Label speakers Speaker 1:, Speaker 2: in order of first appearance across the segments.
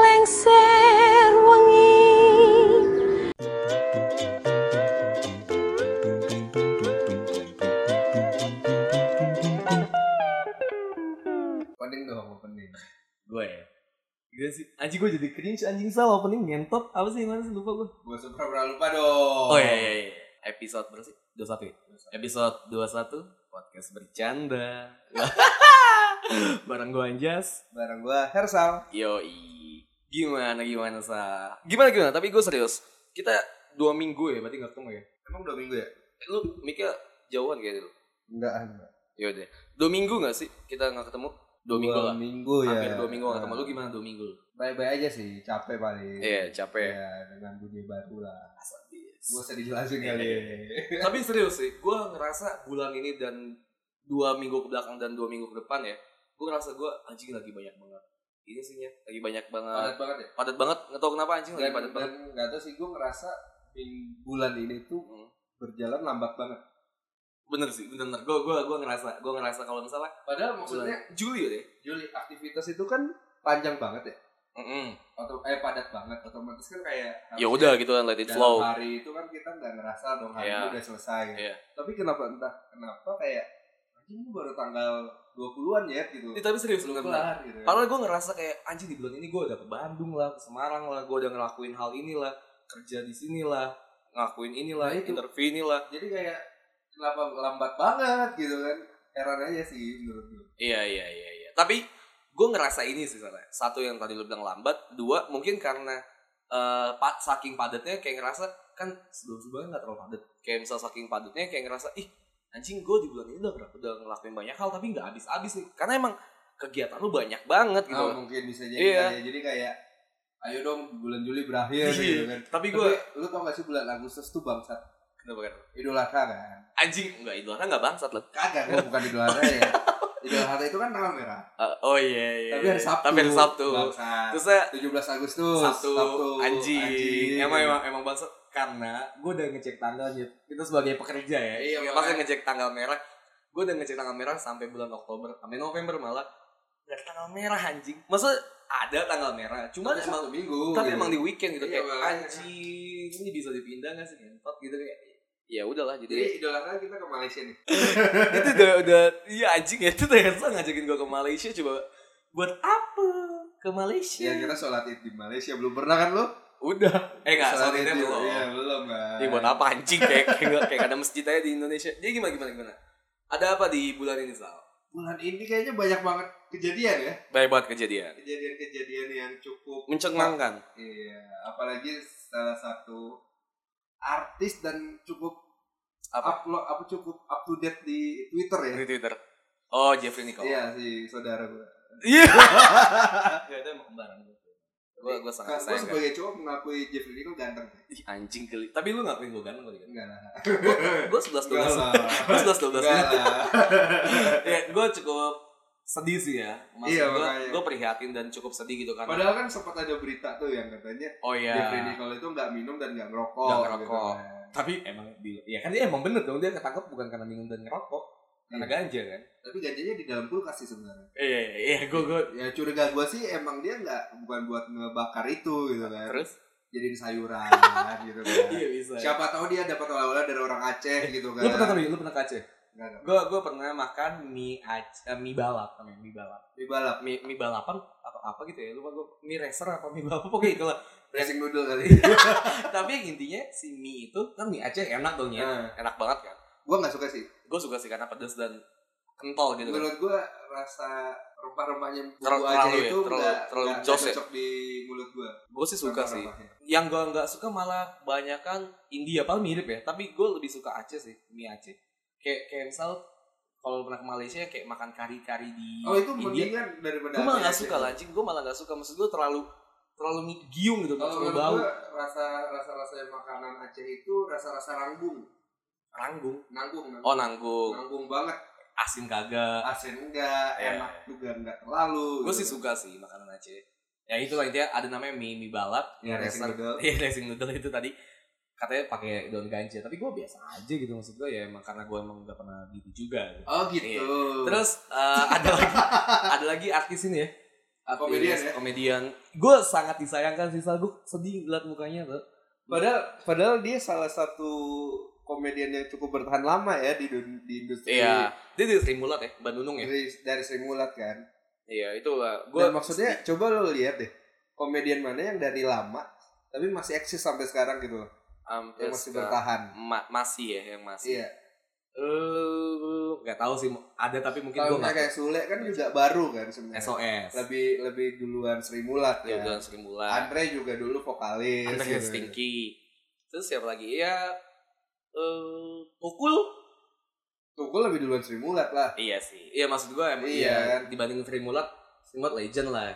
Speaker 1: lengser wengi
Speaker 2: Opening dong, opening.
Speaker 3: gue ya Gila sih anjing gue jadi cringe anjing salah opening ngentot apa sih yang mana sih lupa gue
Speaker 2: Gue supra pernah lupa dong.
Speaker 3: oh iya iya iya episode berapa sih dua satu ya episode 21 podcast bercanda bareng gue Anjas
Speaker 2: Bareng gue Hersal.
Speaker 3: yoi gimana gimana sa gimana gimana tapi gue serius kita dua minggu ya berarti gak ketemu ya
Speaker 2: Emang dua minggu ya?
Speaker 3: Eh, lu mikir jauhan kayak gitu
Speaker 2: Enggak, enggak.
Speaker 3: yaudah dua minggu gak sih kita gak ketemu dua minggu lah
Speaker 2: minggu ya.
Speaker 3: hampir dua minggu gak ketemu lu gimana dua minggu
Speaker 2: Bye-bye aja sih, capek paling.
Speaker 3: iya capek
Speaker 2: Iya, dengan dunia baru lah.
Speaker 3: Sadis.
Speaker 2: Gue usah dijelasin
Speaker 3: Iya,
Speaker 2: kali. ya.
Speaker 3: iya, tapi serius sih gue ngerasa bulan ini dan dua minggu ke belakang dan dua minggu ke depan ya gue ngerasa gue anjing lagi banyak banget ini sih Nya, lagi banyak banget
Speaker 2: Padat banget ya?
Speaker 3: padat banget nggak tau kenapa anjing lagi
Speaker 2: Dan,
Speaker 3: Iya, padat
Speaker 2: dan
Speaker 3: banget
Speaker 2: gak tau sih, gue ngerasa ming- bulan ini tuh
Speaker 3: Hmm.
Speaker 2: berjalan lambat banget.
Speaker 3: bener sih bener bener gue gue gue ngerasa gue ngerasa kalau misalnya
Speaker 2: Padahal
Speaker 3: maksudnya
Speaker 2: maksudnya,
Speaker 3: Juli ya deh
Speaker 2: Juli, aktivitas itu kan panjang banget ya?
Speaker 3: mm
Speaker 2: Atau, eh padat banget, otomatis kan kayak
Speaker 3: ya
Speaker 2: harusnya
Speaker 3: udah gitu kan let it
Speaker 2: dalam
Speaker 3: flow
Speaker 2: hari itu kan kita nggak ngerasa dong hari
Speaker 3: Iya.
Speaker 2: ini udah selesai.
Speaker 3: Iya.
Speaker 2: Tapi kenapa entah kenapa kayak anjing ini baru tanggal 20-an ya gitu.
Speaker 3: Ini tapi serius lu nggak bener
Speaker 2: Kelar, gitu.
Speaker 3: Padahal gue ngerasa kayak anjing di bulan ini gue udah ke Bandung lah, ke Semarang lah, gue udah ngelakuin hal inilah, kerja di sinilah, ngelakuin inilah,
Speaker 2: Nah, itu.
Speaker 3: interview inilah.
Speaker 2: Jadi kayak kenapa lambat banget gitu kan. Heran aja sih menurut gue.
Speaker 3: Iya iya iya iya. Tapi gue ngerasa ini sih Sarah. Satu yang tadi lu bilang lambat, dua mungkin karena eh, pa- saking padatnya kayak ngerasa kan sebelum sebelumnya nggak terlalu padat. Kayak misal saking padatnya kayak ngerasa ih anjing gue di bulan ini udah, nger- udah ngelakuin banyak hal tapi nggak habis-habis nih. Karena emang kegiatan lu banyak banget gitu.
Speaker 2: Nah, mungkin bisa jadi
Speaker 3: Iya.
Speaker 2: kayak jadi kayak ayo dong bulan Juli berakhir gitu kan. Tapi
Speaker 3: tapi gue
Speaker 2: lu tau gak sih bulan Agustus tuh bangsat
Speaker 3: kenapa kan?
Speaker 2: Idul Adha kan?
Speaker 3: Anjing enggak itu orang enggak bangsat lah.
Speaker 2: Kagak, gue bukan Idul Adha ya. Idul Adha itu kan tanggal merah.
Speaker 3: Eh, oh iya iya.
Speaker 2: Tapi hari Sabtu.
Speaker 3: Tapi hari Sabtu.
Speaker 2: Bangsat.
Speaker 3: Terusnya
Speaker 2: 17 Agustus.
Speaker 3: Sabtu, anjing.
Speaker 2: anjing.
Speaker 3: Emang emang emang bangsat karena gue udah ngecek tanggalnya. Kita sebagai pekerja ya.
Speaker 2: Iya,
Speaker 3: Iya, pas
Speaker 2: makanya.
Speaker 3: ngecek tanggal merah. Gue udah ngecek tanggal merah sampai bulan Oktober, sampai November malah. Gak ada tanggal merah anjing. Masa ada tanggal merah, cuman
Speaker 2: Tapi
Speaker 3: emang
Speaker 2: Sabtu minggu.
Speaker 3: tapi
Speaker 2: gitu.
Speaker 3: emang di weekend gitu
Speaker 2: Iya,
Speaker 3: kayak
Speaker 2: makanya.
Speaker 3: anjing ini bisa dipindah gak sih ngentot gitu kayak ya udahlah
Speaker 2: Jadi
Speaker 3: jadi
Speaker 2: idul adha kita ke Malaysia nih.
Speaker 3: itu udah udah iya anjing ya itu tuh Ersa ngajakin gue ke Malaysia coba buat apa ke Malaysia
Speaker 2: Ya kita sholat id di Malaysia belum pernah kan lo?
Speaker 3: udah eh nggak
Speaker 2: Sholat Id
Speaker 3: sorry itu
Speaker 2: di-
Speaker 3: belum
Speaker 2: Iya belum kan.
Speaker 3: Ya buat apa anjing kayak kayak, kayak ada masjid aja di Indonesia. Jadi gimana gimana gimana? Ada apa di bulan ini Sal?
Speaker 2: Bulan ini kayaknya banyak banget kejadian ya.
Speaker 3: Banyak banget kejadian. kan?
Speaker 2: Kejadian-kejadian yang cukup.
Speaker 3: Mencengangkan.
Speaker 2: Iya. Apalagi salah satu artis dan cukup
Speaker 3: Apa?
Speaker 2: upload apa cukup up to date di Twitter ya.
Speaker 3: Di Twitter. Oh Jeffrey Nicole.
Speaker 2: Iya Ya, si saudara gue.
Speaker 3: Iya. Gak ada emang kembaran gue. Gue gue
Speaker 2: Kan
Speaker 3: sangat
Speaker 2: gue
Speaker 3: sayang. kan.
Speaker 2: sebagai cowok mengakui Jeffrey Nicole ganteng.
Speaker 3: Ih, anjing geli. Tapi lu ngapain gue ganteng kali kan?
Speaker 2: Enggak lah.
Speaker 3: Gue sebelas dua
Speaker 2: Enggak
Speaker 3: belas.
Speaker 2: lah.
Speaker 3: Gue sebelas dua belas.
Speaker 2: Enggak lah.
Speaker 3: Ya gue cukup sedih sih ya. Maksud
Speaker 2: Iya,
Speaker 3: gue
Speaker 2: makanya.
Speaker 3: gue prihatin dan cukup sedih gitu karena.
Speaker 2: Padahal kan sempat ada berita tuh yang katanya
Speaker 3: Oh
Speaker 2: Jeffrey
Speaker 3: iya.
Speaker 2: Nicole itu nggak minum dan nggak ngerokok.
Speaker 3: Nggak
Speaker 2: gitu
Speaker 3: ngerokok.
Speaker 2: kan.
Speaker 3: Tapi emang di, ya kan dia emang bener dong dia ketangkep bukan karena minum dan ngerokok,
Speaker 2: Iya.
Speaker 3: karena ganja kan.
Speaker 2: Tapi ganjanya di dalam kulkas sih sebenarnya.
Speaker 3: Iya, iya, gue, gue.
Speaker 2: Ya curiga gue sih emang dia nggak bukan buat ngebakar itu gitu kan.
Speaker 3: Terus?
Speaker 2: Jadiin sayuran gitu kan.
Speaker 3: Iya bisa.
Speaker 2: Siapa tahu dia dapat oleh-oleh dari orang Aceh gitu kan.
Speaker 3: Lu pernah tapi lu pernah ke Aceh?
Speaker 2: Nggak, nggak.
Speaker 3: Gue gue pernah makan mie Aceh, eh, mie balap namanya mie balap.
Speaker 2: Di balap
Speaker 3: Mie, mie balapan apa apa gitu ya? Lupa gue mie racer apa mie balap pokoknya gitu itulah.
Speaker 2: racing noodle kali.
Speaker 3: Iya. tapi yang intinya si mie itu kan mie Aceh enak dong ya.
Speaker 2: Nah,
Speaker 3: Enak banget kan?
Speaker 2: gue nggak suka sih.
Speaker 3: Gue suka sih karena pedas dan kental gitu kan.
Speaker 2: Menurut gue rasa rempah-rempahnya
Speaker 3: Terlalu-
Speaker 2: bumbu Aceh
Speaker 3: terlalu ya,
Speaker 2: itu
Speaker 3: terlalu-
Speaker 2: nggak
Speaker 3: terlalu
Speaker 2: nggak-
Speaker 3: jos
Speaker 2: nggak
Speaker 3: ya.
Speaker 2: cocok di mulut gue.
Speaker 3: Gue sih suka sih. Yang gue nggak suka malah banyakan India paling mirip ya. Tapi gue lebih suka Aceh sih mie Aceh. Kayak kayak misal kalau pernah ke Malaysia kayak makan kari-kari di
Speaker 2: Oh itu
Speaker 3: India
Speaker 2: mendingan daripada
Speaker 3: gue
Speaker 2: Aceh
Speaker 3: malah gak
Speaker 2: Aceh.
Speaker 3: suka lah anjing gue malah gak suka maksud gue terlalu terlalu mi- giung gitu
Speaker 2: Kalau
Speaker 3: terlalu
Speaker 2: menurut
Speaker 3: bau
Speaker 2: gua, rasa rasa rasa makanan Aceh itu rasa rasa rambung.
Speaker 3: Ranggung.
Speaker 2: nanggung nanggung,
Speaker 3: Oh nanggung.
Speaker 2: nanggung banget
Speaker 3: Asin kagak.
Speaker 2: asin enggak
Speaker 3: Iya.
Speaker 2: enak juga enggak terlalu gitu.
Speaker 3: Gue sih suka sih makanan Aceh. Ya itu lah intinya ada namanya mie mie balap.
Speaker 2: ya racing
Speaker 3: Rasa-
Speaker 2: noodle
Speaker 3: Iya racing noodle itu tadi katanya pakai daun ganja tapi gue biasa aja gitu maksud gue ya emang karena gue emang gak pernah gitu juga gitu.
Speaker 2: oh gitu
Speaker 3: terus eh, ada lagi ada lagi artis ini ya artis,
Speaker 2: Komedian ya?
Speaker 3: komedian gue sangat disayangkan sih Sal. gue sedih ngeliat mukanya tuh
Speaker 2: padahal padahal dia salah satu komedian yang cukup bertahan lama ya di dun- di industri
Speaker 3: iya dia dari Sri Mulat ya Mbak Nunung ya
Speaker 2: dari, dari Sri Mulat kan
Speaker 3: iya itu lah
Speaker 2: Dan maksudnya coba lo lihat deh komedian mana yang dari lama tapi masih eksis sampai sekarang gitu loh,
Speaker 3: hampir
Speaker 2: yang masih
Speaker 3: sekarang-
Speaker 2: bertahan.
Speaker 3: Ma- masih ya yang masih
Speaker 2: Iya.
Speaker 3: Eh, nggak tahu sih ada tapi mungkin gue
Speaker 2: Kalau
Speaker 3: nggak Eh,
Speaker 2: kayak Sule kan juga baru kan
Speaker 3: tahu.
Speaker 2: sebenarnya.
Speaker 3: SOS
Speaker 2: Lebih lebih duluan Sri Mulat
Speaker 3: ya
Speaker 2: ya.
Speaker 3: udah Sri Mulat
Speaker 2: Andre juga dulu vokalis.
Speaker 3: Andre
Speaker 2: gitu.
Speaker 3: Stinky terus siapa lagi ya eh Tukul
Speaker 2: Tukul lebih duluan Sri Mulat lah.
Speaker 3: Iya sih. Iya maksud gue emang
Speaker 2: Iya,
Speaker 3: iya,
Speaker 2: kan?
Speaker 3: dibandingin Sri Mulat, Sri Mulat legend lah.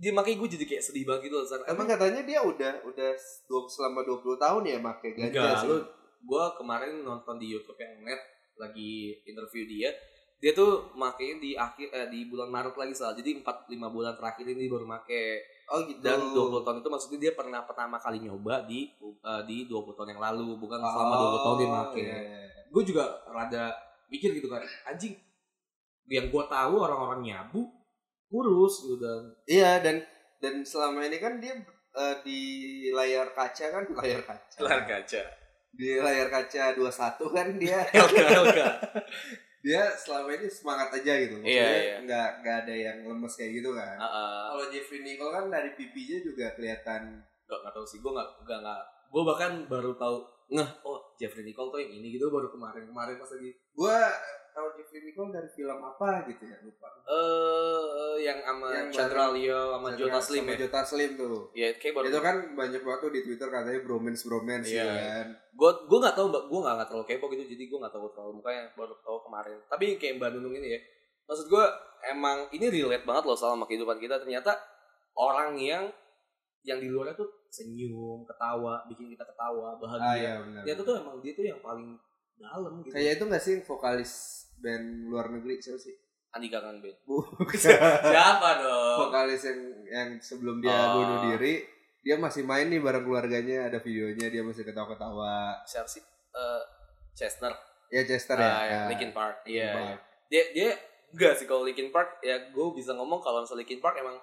Speaker 3: Dia makanya gue jadi kayak sedih banget gitu loh. San.
Speaker 2: Emang katanya dia udah udah du- selama 20 tahun ya make ganja.
Speaker 3: enggak
Speaker 2: sih?
Speaker 3: lu gue kemarin nonton di YouTube yang net lagi interview dia. Dia tuh makanya di akhir eh, di bulan Maret lagi soal. Jadi 4 5 bulan terakhir ini baru make
Speaker 2: Oh gitu.
Speaker 3: dan 20 tahun itu maksudnya dia pernah pertama kali nyoba di eh, di 20 tahun yang lalu, bukan
Speaker 2: Oh,
Speaker 3: selama 20 tahun dia make.
Speaker 2: iya, iya, iya.
Speaker 3: gue juga rada mikir gitu kan anjing yang gue tahu orang-orang nyabu kurus gitu dan
Speaker 2: Iya dan dan selama ini kan dia eh, di layar kaca kan layar kaca.
Speaker 3: kaca
Speaker 2: Di layar kaca 21 kan dia
Speaker 3: elka elka
Speaker 2: dia selama ini semangat aja gitu.
Speaker 3: Iya,
Speaker 2: Maksudnya
Speaker 3: iya.
Speaker 2: Nggak nggak ada yang lemes kayak gitu kan. Kalau Jeffrey Nicole kan dari pipinya juga kelihatan
Speaker 3: gak nggak tahu sih gue nggak nggak nggak gue bahkan baru tahu ngeh oh Jeffrey Nicole tuh yang ini gitu baru kemarin kemarin pas lagi
Speaker 2: gua tahu Jeffrey Nicole dari film apa gitu ya lupa.
Speaker 3: eh yang sama
Speaker 2: Yang
Speaker 3: Chandra Leo sama Jota Slim
Speaker 2: Sama
Speaker 3: ya
Speaker 2: Jota Slim tuh.
Speaker 3: ya kayak baru
Speaker 2: Itu kan banyak banget tuh di Twitter katanya bromance bromance
Speaker 3: Iya.
Speaker 2: gitu kan.
Speaker 3: gue gue nggak tahu mbak gue nggak nggak terlalu kepo gitu jadi gue nggak tahu terlalu mukanya baru tahu kemarin tapi kayak mbak Nunung ini ya maksud gue emang ini relate banget loh sama kehidupan kita ternyata orang yang yang di luarnya tuh senyum ketawa bikin kita ketawa
Speaker 2: Ah
Speaker 3: bahagia
Speaker 2: iya benar.
Speaker 3: ternyata tuh kan- emang dia tuh yang paling dalam gitu
Speaker 2: Kayak itu nggak sih vokalis band luar negeri siapa sih?
Speaker 3: Andika Kang Ben
Speaker 2: Bukan.
Speaker 3: siapa dong
Speaker 2: vokalis yang yang sebelum dia
Speaker 3: Ah.
Speaker 2: bunuh diri dia masih main nih bareng keluarganya ada videonya dia masih ketawa-ketawa
Speaker 3: siapa sih Eh, Chesner
Speaker 2: ya Chester ya,
Speaker 3: Ah, ya,
Speaker 2: Ah,
Speaker 3: Linkin Park
Speaker 2: Linkin
Speaker 3: iya
Speaker 2: Park.
Speaker 3: dia dia enggak sih kalau Linkin Park ya gue bisa ngomong kalau misalnya Linkin Park emang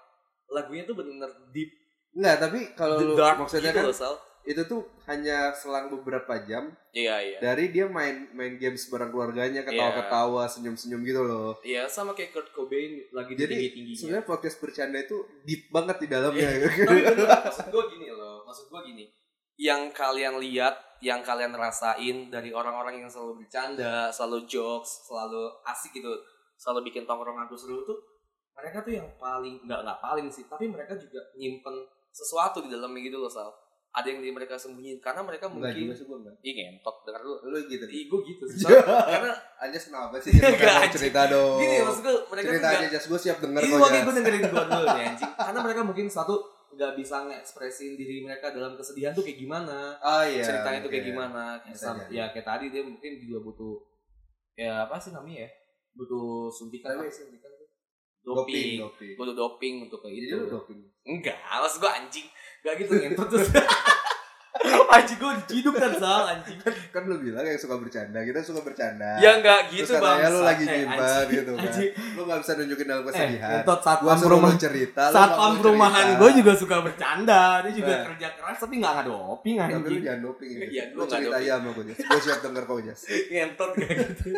Speaker 3: lagunya tuh bener-bener deep
Speaker 2: Enggak, tapi kalau
Speaker 3: the
Speaker 2: lu-
Speaker 3: dark
Speaker 2: maksudnya kan
Speaker 3: gitu loh, Sal.
Speaker 2: itu tuh hanya selang beberapa jam
Speaker 3: Iya iya.
Speaker 2: dari dia main main games bareng keluarganya ketawa-ketawa senyum-senyum gitu loh.
Speaker 3: Iya sama kayak Kurt Cobain lagi di
Speaker 2: Jadi,
Speaker 3: tinggi Iya. tingginya.
Speaker 2: Sebenarnya podcast bercanda itu deep banget di dalamnya.
Speaker 3: Tapi beneran, maksud gue gini loh, maksud gue gini. Yang kalian lihat, yang kalian rasain dari orang-orang yang selalu bercanda, selalu jokes, selalu asik gitu, selalu bikin tongkrongan tuh seru tuh, mereka tuh yang paling nggak nggak paling sih, tapi mereka juga nyimpen sesuatu di dalamnya gitu loh Sal. Ada yang di mereka sembunyiin karena mereka
Speaker 2: Enggak juga
Speaker 3: mungkin
Speaker 2: sih gue enggak.
Speaker 3: ih ngentot dengar lu.
Speaker 2: Lu gitu.
Speaker 3: Ih gue gitu sih. Sal. karena
Speaker 2: Anjas kenapa sih? Jadi
Speaker 3: Iya, Enggak,
Speaker 2: makanya
Speaker 3: anjing.
Speaker 2: cerita dong.
Speaker 3: gini maksud gue mereka tuh
Speaker 2: cerita
Speaker 3: nggak-
Speaker 2: aja Jas gue siap denger
Speaker 3: Ini
Speaker 2: kok.
Speaker 3: Iya,
Speaker 2: ya.
Speaker 3: makanya
Speaker 2: Jas.
Speaker 3: gue dengerin gue dulu nih anjing Karena mereka mungkin satu nggak bisa ngekspresiin diri mereka dalam kesedihan tuh kayak gimana
Speaker 2: Ah iya.
Speaker 3: Ceritanya tuh kayak
Speaker 2: iya.
Speaker 3: gimana kayak
Speaker 2: Bisa
Speaker 3: sam-
Speaker 2: jadi.
Speaker 3: Ya kayak tadi dia mungkin juga butuh Ya apa sih namanya ya Butuh suntikan
Speaker 2: Tapi-
Speaker 3: apa sih suntikan tuh?
Speaker 2: Doping,
Speaker 3: Doping
Speaker 2: doping.
Speaker 3: Butuh doping untuk kayak
Speaker 2: Jadi
Speaker 3: itu
Speaker 2: lu doping.
Speaker 3: Enggak maksud gue anjing Gak gitu ngentot terus Anjing gue diciduk kan sal anjing
Speaker 2: Kan lu bilang yang suka bercanda, kita suka bercanda.
Speaker 3: Ya enggak
Speaker 2: Terus
Speaker 3: gitu bang
Speaker 2: katanya lu lagi
Speaker 3: Eh,
Speaker 2: nyimpan
Speaker 3: anjing,
Speaker 2: gitu kan.
Speaker 3: anjing.
Speaker 2: Lu gak bisa nunjukin dalam
Speaker 3: Eh,
Speaker 2: kesedihan.
Speaker 3: ngentot saat
Speaker 2: gua suruh
Speaker 3: rumah
Speaker 2: lu cerita lu nggak
Speaker 3: satpam
Speaker 2: mau
Speaker 3: perumahan
Speaker 2: cerita.
Speaker 3: gue juga suka bercanda dia juga
Speaker 2: Nah.
Speaker 3: kerja keras tapi nggak ngadoping
Speaker 2: tapi lu
Speaker 3: anjing
Speaker 2: jangan doping ya
Speaker 3: Iya,
Speaker 2: lu
Speaker 3: gua nggak
Speaker 2: cerita
Speaker 3: doping. Iya.
Speaker 2: aja sama gue Jas gue siap denger kau Jas
Speaker 3: ngentot kayak gitu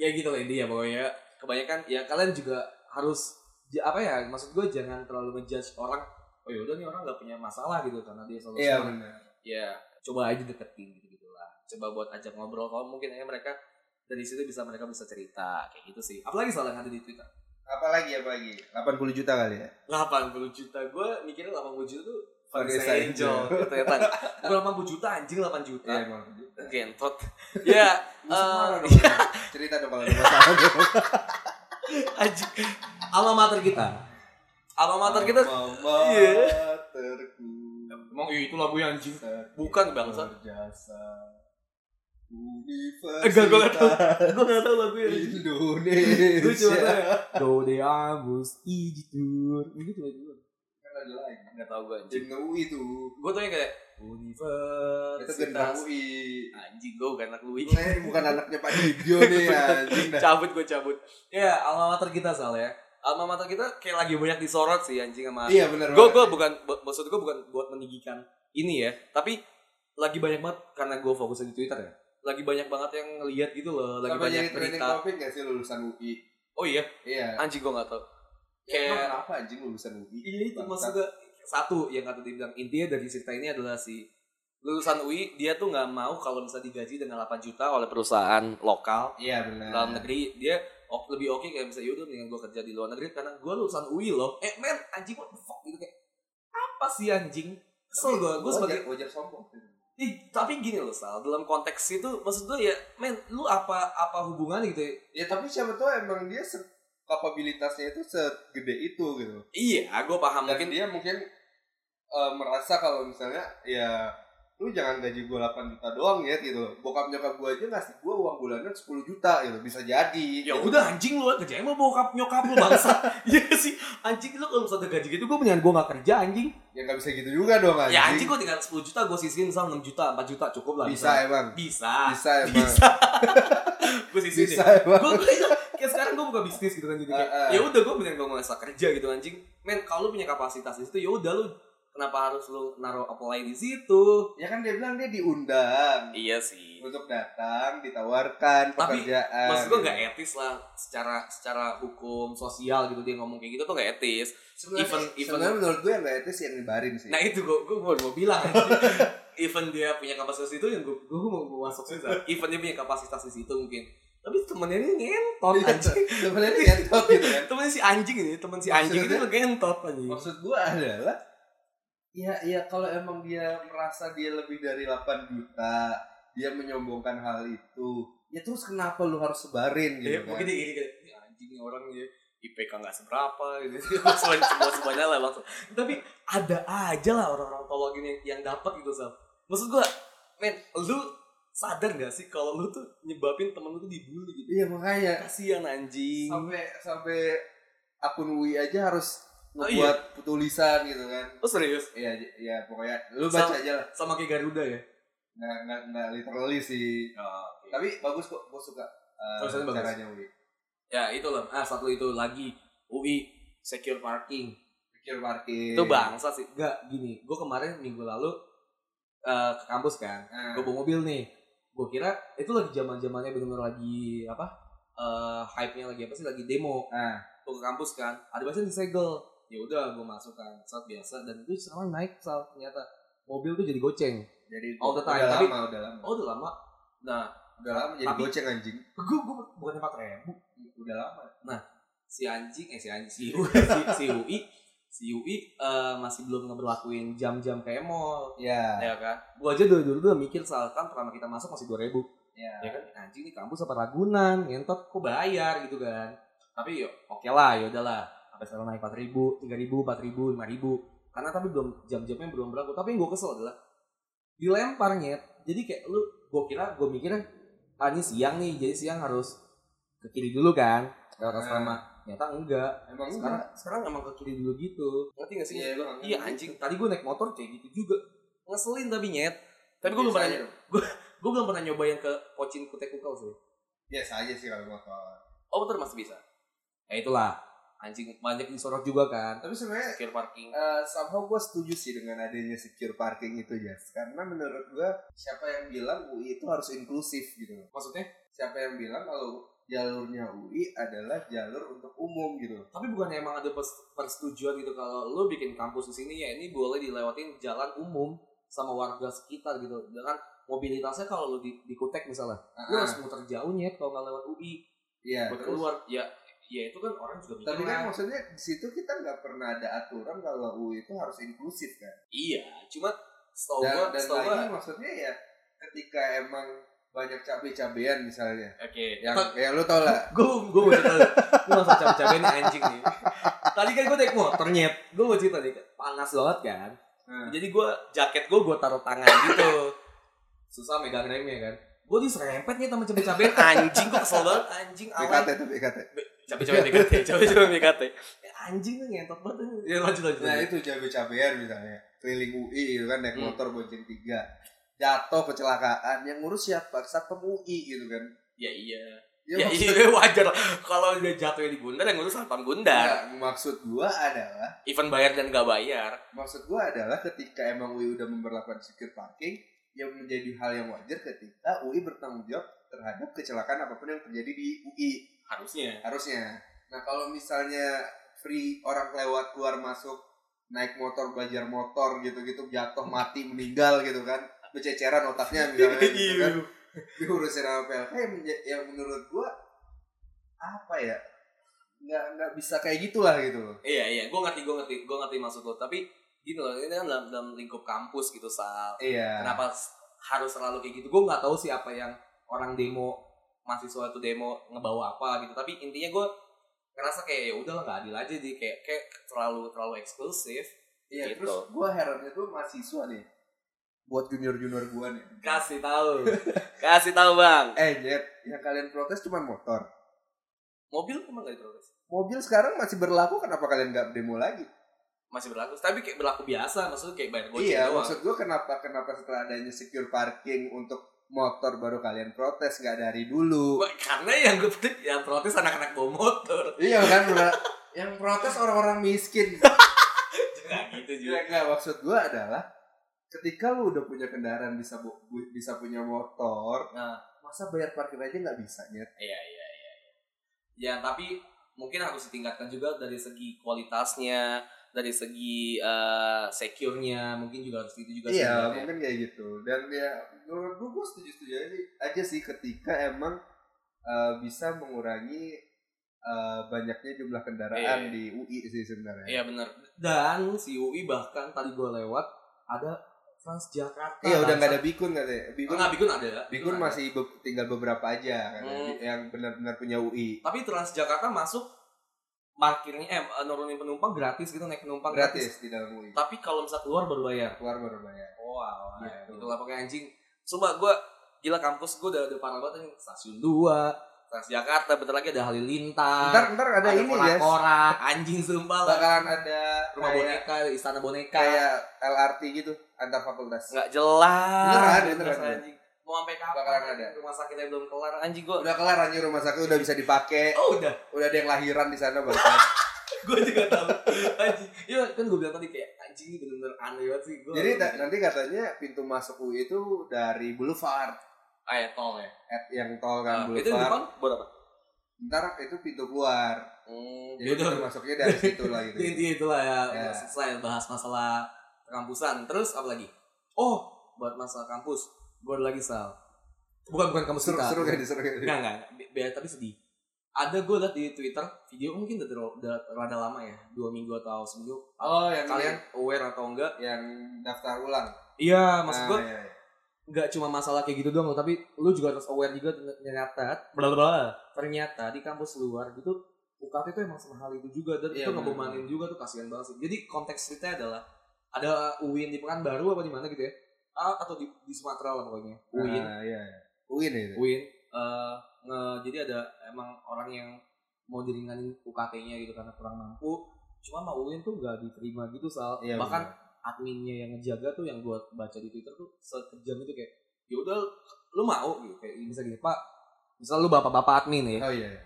Speaker 3: ya gitu lah intinya pokoknya kebanyakan ya kalian juga harus j- apa ya maksud gue jangan terlalu ngejudge orang oh yaudah nih orang nggak punya masalah gitu karena dia selalu
Speaker 2: iya
Speaker 3: senang."
Speaker 2: benar
Speaker 3: ya coba aja deketin gitu gitulah coba buat ajak ngobrol kalau mungkin aja mereka dari situ bisa mereka bisa cerita kayak gitu sih apalagi soal yang ada di twitter
Speaker 2: apalagi apalagi 80 juta kali ya
Speaker 3: 80 juta gue mikirnya 80 juta tuh
Speaker 2: Vanessa
Speaker 3: Vanessa Angel
Speaker 2: Angel.
Speaker 3: ternyata bukan 80 juta anjing 8 juta
Speaker 2: iya emang
Speaker 3: Eh, gentot ya
Speaker 2: Lu semua
Speaker 3: eh,
Speaker 2: dong, Jas. cerita dong kalau ada masalah
Speaker 3: anjing alma mater kita alma mater kita Iya.
Speaker 2: iya terku iya, ya,
Speaker 3: emang itu lagu yang anjing bukan bangsa
Speaker 2: berjasa Universitas
Speaker 3: Enggak, gue Eh, gak tau Gue gak tau lagunya Gue cuma
Speaker 2: Indonesia.
Speaker 3: tau ya Do de amus ijitur Ini cuma itu
Speaker 2: Kan ada lain.
Speaker 3: Gak tau gue anjing
Speaker 2: Jenga UI tuh.
Speaker 3: Gue tau yang kayak
Speaker 2: Itu gendang
Speaker 3: Universitas
Speaker 2: UI.
Speaker 3: Anjing gue bukan anak lu ini
Speaker 2: Saya bukan anaknya Pak Dibio nih anjing dah.
Speaker 3: Cabut gue cabut Ya alma mater kita Sal ya Alma mater kita kayak lagi banyak disorot sih anjing sama
Speaker 2: Iya benar.
Speaker 3: gue
Speaker 2: banget.
Speaker 3: gue bukan bu- maksud gue bukan buat meninggikan ini ya tapi lagi banyak banget karena gue fokusnya di twitter ya lagi banyak banget yang ngelihat gitu loh lagi
Speaker 2: Sama
Speaker 3: banyak
Speaker 2: jadi trending
Speaker 3: berita
Speaker 2: topic gak sih lulusan UI?
Speaker 3: oh iya
Speaker 2: Iya.
Speaker 3: anjing gue nggak tahu
Speaker 2: Kayak
Speaker 3: kayak-
Speaker 2: kenapa anjing lulusan UI?
Speaker 3: iya itu maksud gue satu yang kata dia bilang intinya dari cerita ini adalah si lulusan UI dia tuh nggak mau kalau misalnya digaji dengan 8 juta oleh perusahaan lokal
Speaker 2: Iya benar.
Speaker 3: dalam negeri dia o- lebih oke kayak misalnya yaudah dengan gue kerja di luar negeri karena gue lulusan UI loh eh men anjing what the fuck gitu kayak apa sih anjing kesel gue gue sebagai
Speaker 2: wajar sombong.
Speaker 3: Ih, tapi gini loh Sal, dalam konteks itu maksud gue ya, men, lu apa apa hubungannya gitu ya?
Speaker 2: Ya tapi siapa tahu emang dia se- kapabilitasnya itu segede itu gitu.
Speaker 3: Iya, gue paham
Speaker 2: Dan
Speaker 3: mungkin
Speaker 2: dia mungkin eh, merasa kalau misalnya ya lu jangan gaji gue 8 juta doang ya gitu loh. Bokap nyokap gue aja ngasih gue uang bulanan 10 juta gitu. Bisa jadi.
Speaker 3: ya
Speaker 2: gitu.
Speaker 3: udah anjing lu kerjain mau bokap nyokap lu bangsa. Iya gak sih, anjing lu kalau misalnya gaji gitu gue mendingan gue gak kerja anjing.
Speaker 2: Ya gak bisa gitu juga dong anjing.
Speaker 3: Ya anjing gue tinggal 10 juta gue sisihin misal 6 juta, 4 juta cukup lah.
Speaker 2: bisa emang.
Speaker 3: Bisa.
Speaker 2: Bisa
Speaker 3: Bisa.
Speaker 2: emang.
Speaker 3: Bisa. gue sisihin ya.
Speaker 2: Bisa
Speaker 3: deh.
Speaker 2: emang.
Speaker 3: Gue kayak sekarang gue buka bisnis gitu kan jadi kayak
Speaker 2: Eh, eh.
Speaker 3: ya udah gue mendingan gue ngerasa kerja gitu anjing. Men, kalau lu punya kapasitas di situ ya udah lu kenapa harus lu naruh apply di situ?
Speaker 2: Ya kan dia bilang dia diundang
Speaker 3: Iya sih.
Speaker 2: untuk datang ditawarkan
Speaker 3: Tapi,
Speaker 2: pekerjaan.
Speaker 3: Maksud gue
Speaker 2: gitu.
Speaker 3: nggak etis lah secara secara hukum sosial gitu dia ngomong kayak gitu tuh nggak etis.
Speaker 2: Sebenarnya-
Speaker 3: even- even-
Speaker 2: sebenarnya menurut gue yang gak etis yang nyebarin sih.
Speaker 3: Nah itu gue gue mau mau bilang. Even dia punya kapasitas itu yang gue gue mau mau masuk sih. Zat. Even dia punya kapasitas di situ mungkin. Tapi temennya ini ngentot
Speaker 2: kan.
Speaker 3: anjing.
Speaker 2: sebenarnya dia ngentot gitu kan.
Speaker 3: temennya si anjing ini, temen si anjing itu ngentot anjing.
Speaker 2: Maksud gue adalah ya ya kalau emang dia merasa dia lebih dari 8 juta, dia menyombongkan hal itu. Ya terus kenapa lu harus sebarin
Speaker 3: Ya,
Speaker 2: gitu kan?
Speaker 3: mungkin dia gini kayak "Ini anjing nih orang ya IPK nggak seberapa gitu semua semua semuanya lah maksud tapi ada aja lah orang-orang tolol gini yang, yang dapat gitu sal maksud gua men lu sadar gak sih kalau lu tuh nyebabin temen lu tuh dibully gitu
Speaker 2: Iya makanya
Speaker 3: kasihan anjing
Speaker 2: sampai sampai akun UI aja harus
Speaker 3: Oh,
Speaker 2: ngebuat tulisan gitu kan.
Speaker 3: oh serius
Speaker 2: Iya j- ya pokoknya lu
Speaker 3: Sam-
Speaker 2: baca aja lah.
Speaker 3: sama kayak Garuda ya
Speaker 2: Nggak nggak nggak literally sih.
Speaker 3: Tapi-
Speaker 2: Tapi bagus kok, gue suka eh,
Speaker 3: Tulisannya bagus.
Speaker 2: caranya UI.
Speaker 3: ya itu lah ah satu itu lagi UI secure parking
Speaker 2: Secure parking.
Speaker 3: itu bangsa sih gak gini gua kemarin minggu lalu eh, ke kampus kan
Speaker 2: Nah,
Speaker 3: gue bawa mobil nih gue kira itu lagi zaman zamannya bener-bener lagi apa eh hype nya lagi apa sih lagi demo
Speaker 2: nah,
Speaker 3: gue ke kampus kan ada bacaan disegel ya udah gue masuk kan saat biasa dan itu sekarang naik saat ternyata mobil tuh jadi goceng
Speaker 2: jadi
Speaker 3: All the time,
Speaker 2: udah
Speaker 3: Oh, tapi-
Speaker 2: lama, udah lama.
Speaker 3: oh udah lama nah
Speaker 2: Udah lama jadi
Speaker 3: Tapi-
Speaker 2: goceng anjing.
Speaker 3: gue gue bukan empat ribu
Speaker 2: Iya, Udah lama.
Speaker 3: Nah,
Speaker 2: Iya.
Speaker 3: si anjing eh si anjing si UI si, si UI si UI eh, masih belum ngeberlakuin jam-jam kayak mall
Speaker 2: Ya.
Speaker 3: ya kan gue aja dulu dulu udah mikir saat kan pertama kita masuk masih dua ribu
Speaker 2: Ya.
Speaker 3: ya kan anjing nih kampus apa ragunan ngentot kok bayar gitu kan tapi yuk oke lah ya udahlah sampai sekarang naik empat ribu tiga ribu empat ribu lima ribu karena tapi belum jam-jamnya belum berlaku tapi yang gue kesel adalah dilemparnya jadi kayak lu gue kira gue mikirnya ah ini siang nih jadi siang harus ke kiri dulu kan lewat
Speaker 2: Nah.
Speaker 3: asrama ternyata enggak
Speaker 2: Ya, Emang
Speaker 3: sekarang sekarang emang ke kiri dulu gitu ngerti gak sih
Speaker 2: Iya, emang.
Speaker 3: iya anjing tadi gue naik motor kayak gitu juga ngeselin tapi nyet tapi gue belum
Speaker 2: Biasa
Speaker 3: pernah
Speaker 2: aja dong.
Speaker 3: gue belum pernah nyoba yang ke pocin kutek kukal sih
Speaker 2: Biasa aja sih kalau motor.
Speaker 3: oh motor masih bisa ya itulah anjing banyak disorot juga kan
Speaker 2: Tapi sebenarnya
Speaker 3: secure parking
Speaker 2: eh somehow gue setuju sih dengan adanya secure parking itu ya. Karena menurut gue siapa yang bilang UI itu harus inklusif gitu. loh.
Speaker 3: maksudnya
Speaker 2: Siapa yang bilang kalau jalurnya UI adalah jalur untuk umum gitu. loh.
Speaker 3: tapi bukan emang ada pers- persetujuan gitu kalau lu bikin kampus di sini ya ini boleh dilewatin jalan umum sama warga sekitar gitu dengan mobilitasnya kalau lu di, di kutek misalnya lu harus
Speaker 2: Ah,
Speaker 3: muter jauhnya kalau nggak lewat UI
Speaker 2: Iya.
Speaker 3: buat
Speaker 2: terus-
Speaker 3: keluar ya ya itu kan orang juga mikir
Speaker 2: Tapi kan
Speaker 3: lah.
Speaker 2: maksudnya di situ kita nggak pernah ada aturan kalau UI itu harus inklusif kan.
Speaker 3: iya cuma setahu gua
Speaker 2: Dan, dan
Speaker 3: setahu gua
Speaker 2: lagi maksudnya ya ketika emang banyak cabai-cabean misalnya
Speaker 3: oke
Speaker 2: yang ya lu tau lah
Speaker 3: gue gue mau cerita gue langsung capek-capek nih anjing nih tadi kan gue naik motor nyet gue mau cerita nih panas banget kan
Speaker 2: Hmm.
Speaker 3: jadi gue jaket gue gue taruh tangan gitu susah megang remnya kan gue diserempet nih sama cabe-cabe anjing gue kesel banget anjing
Speaker 2: PKT
Speaker 3: awal
Speaker 2: itu PKT.
Speaker 3: cabe-cabe BKT cabe-cabe BKT Ya, anjing tuh ngentot banget ya lanjut lanjut
Speaker 2: Nah itu cabe-cabean misalnya keliling UI gitu kan naik
Speaker 3: Hmm.
Speaker 2: motor bonceng tiga jatuh kecelakaan yang ngurus siapa satpam UI gitu kan
Speaker 3: ya iya
Speaker 2: ya,
Speaker 3: ya
Speaker 2: maksud,
Speaker 3: iya wajar lah kalau udah jatuhnya di Gundar yang ngurus satpam
Speaker 2: ya,
Speaker 3: Gundar
Speaker 2: maksud gua adalah
Speaker 3: event bayar dan gak bayar
Speaker 2: maksud gua adalah ketika emang UI udah memperlakukan secure parking yang menjadi hal yang wajar ketika UI bertanggung jawab terhadap kecelakaan apapun yang terjadi di UI
Speaker 3: harusnya
Speaker 2: harusnya nah kalau misalnya free orang lewat keluar masuk naik motor belajar motor gitu-gitu jatuh mati meninggal gitu kan bececeran otaknya misalnya gitu kan
Speaker 3: Iya.
Speaker 2: diurusin sama PLK yang, Eh, menja- yang menurut gua apa ya nggak nggak bisa kayak gitulah gitu loh
Speaker 3: iya iya gue ngerti gue ngerti gue ngerti maksud lo tapi gini loh ini kan dalam, dalam lingkup kampus gitu Sal
Speaker 2: iya
Speaker 3: kenapa s- harus selalu kayak gitu gue nggak tahu sih apa yang orang demo mahasiswa itu demo ngebawa apa gitu tapi intinya gue ngerasa kayak ya udahlah nggak adil aja di kayak kayak terlalu terlalu eksklusif
Speaker 2: Iya,
Speaker 3: Gitu.
Speaker 2: terus gue herannya tuh mahasiswa nih. Buat junior-junior gue nih.
Speaker 3: kasih tahu kasih tahu bang
Speaker 2: Eh, Jet, yang kalian protes cuma motor.
Speaker 3: mobil emang nggak diprotes
Speaker 2: Mobil sekarang masih berlaku, kenapa kalian nggak demo lagi?
Speaker 3: masih berlaku tapi kayak berlaku biasa maksudnya kayak bayar goceng
Speaker 2: iya,
Speaker 3: doang
Speaker 2: maksud gue kenapa kenapa setelah adanya secure parking untuk motor baru kalian protes nggak dari dulu?
Speaker 3: Gua- karena yang gue yang protes anak-anak bawa motor
Speaker 2: iya kan, Bro? yang protes orang-orang miskin.
Speaker 3: Iya. nggak gitu juga
Speaker 2: Iya, nggak maksud gue adalah ketika lu udah punya kendaraan bisa bu- bu- bisa punya motor,
Speaker 3: Nah.
Speaker 2: masa bayar parkir aja nggak bisa Nyet?
Speaker 3: Iya iya iya. Ya tapi mungkin harus ditingkatkan juga dari segi kualitasnya, dari segi eh, secure-nya, mungkin juga harus itu juga sih
Speaker 2: Iya,
Speaker 3: ngeliatnya.
Speaker 2: mungkin kayak gitu. Dan ya menurut gue gue setuju-setuju aja, aja sih ketika emang eh, bisa mengurangi eh, banyaknya jumlah kendaraan
Speaker 3: Iya.
Speaker 2: di UI sih sebenarnya.
Speaker 3: Iya benar. Dan si UI bahkan tadi gue lewat ada Transjakarta.
Speaker 2: Iya, udah nggak ada bikun katanya. Bikun,
Speaker 3: Enggak, Bikun ada.
Speaker 2: bikun
Speaker 3: ada.
Speaker 2: masih be- tinggal beberapa aja katanya,
Speaker 3: Hmm.
Speaker 2: di- yang benar-benar punya UI.
Speaker 3: Tapi Transjakarta masuk parkirnya eh nurunin penumpang gratis gitu naik penumpang gratis.
Speaker 2: Gratis di dalam UI.
Speaker 3: Tapi kalau misal keluar baru bayar.
Speaker 2: Keluar baru bayar.
Speaker 3: Oh, alah,
Speaker 2: Gitu.
Speaker 3: gitu lah pakai anjing. Sumpah gue gila kampus gue udah, udah parah banget nih. Stasiun 2, Transjakarta, bentar lagi ada Halilintar.
Speaker 2: Ntar ntar ada, ini ya.
Speaker 3: porak-porak, anjing sumpah lah.
Speaker 2: Bakalan ada
Speaker 3: Rumah
Speaker 2: kayak-
Speaker 3: boneka, istana boneka.
Speaker 2: kayak LRT gitu antar fakultas.
Speaker 3: nggak jelas.
Speaker 2: Beneran,
Speaker 3: Nggak
Speaker 2: beneran.
Speaker 3: jelas, anjing. Mau sampai kapan?
Speaker 2: Bakalan ada.
Speaker 3: Rumah sakit yang belum kelar anjing gue.
Speaker 2: Udah kelar anjir rumah sakit udah bisa dipakai.
Speaker 3: Oh udah,
Speaker 2: Udah ada yang lahiran di sana bahkan.
Speaker 3: gue juga tahu. anjing, iya kan gue bilang tadi kayak anjing ini bener-bener aneh banget sih. Gua, gitu.
Speaker 2: Jadi ta- nanti katanya pintu masuk UI itu dari Boulevard
Speaker 3: ah ya tol ya.
Speaker 2: at yang tol kan
Speaker 3: Ah, itu di
Speaker 2: Boulevard.
Speaker 3: depan berapa?
Speaker 2: Ntar itu pintu keluar.
Speaker 3: Hmm,
Speaker 2: Jadi pintu masuknya dari situ lah gitu.
Speaker 3: Jadi intinya itulah ya,
Speaker 2: Ya.
Speaker 3: selesai bahas masalah kampusan. Terus apa lagi? Oh, buat masalah kampus, gue ada lagi sal. Bukan bukan kampus
Speaker 2: seru
Speaker 3: kita.
Speaker 2: seru
Speaker 3: Enggak,
Speaker 2: kan seru kan.
Speaker 3: enggak, enggak. Bi- biar tapi sedih. Ada gue liat di Twitter video mungkin udah, ter- udah rada lama ya, dua minggu atau seminggu.
Speaker 2: Oh yang
Speaker 3: Kalian aware atau enggak?
Speaker 2: yang daftar ulang.
Speaker 3: Iya, maksud gue
Speaker 2: Ah, iya, iya.
Speaker 3: nggak cuma masalah kayak gitu doang loh, tapi lu juga harus aware juga terny- ternyata, bla bla bla. ternyata di kampus luar gitu UKT itu emang semahal itu juga dan
Speaker 2: Iya,
Speaker 3: itu
Speaker 2: bener.
Speaker 3: ngebebanin juga tuh kasihan banget sih. Jadi konteks ceritanya adalah ada UIN di Pekanbaru apa di mana gitu ya? Ah, atau di, di Sumatera lah pokoknya. UIN,
Speaker 2: Ah, iya. iya. UIN itu.
Speaker 3: UIN eh, nge- jadi ada emang orang yang mau diringanin UKT-nya gitu karena kurang mampu. Cuma sama UIN tuh nggak diterima gitu soal
Speaker 2: Iya,
Speaker 3: bahkan adminnya yang ngejaga tuh yang gua baca di Twitter tuh sekejam itu kayak ya udah lu mau gitu kayak bisa gini pak misal lu bapak-bapak admin ya
Speaker 2: bener. Oh iya. iya.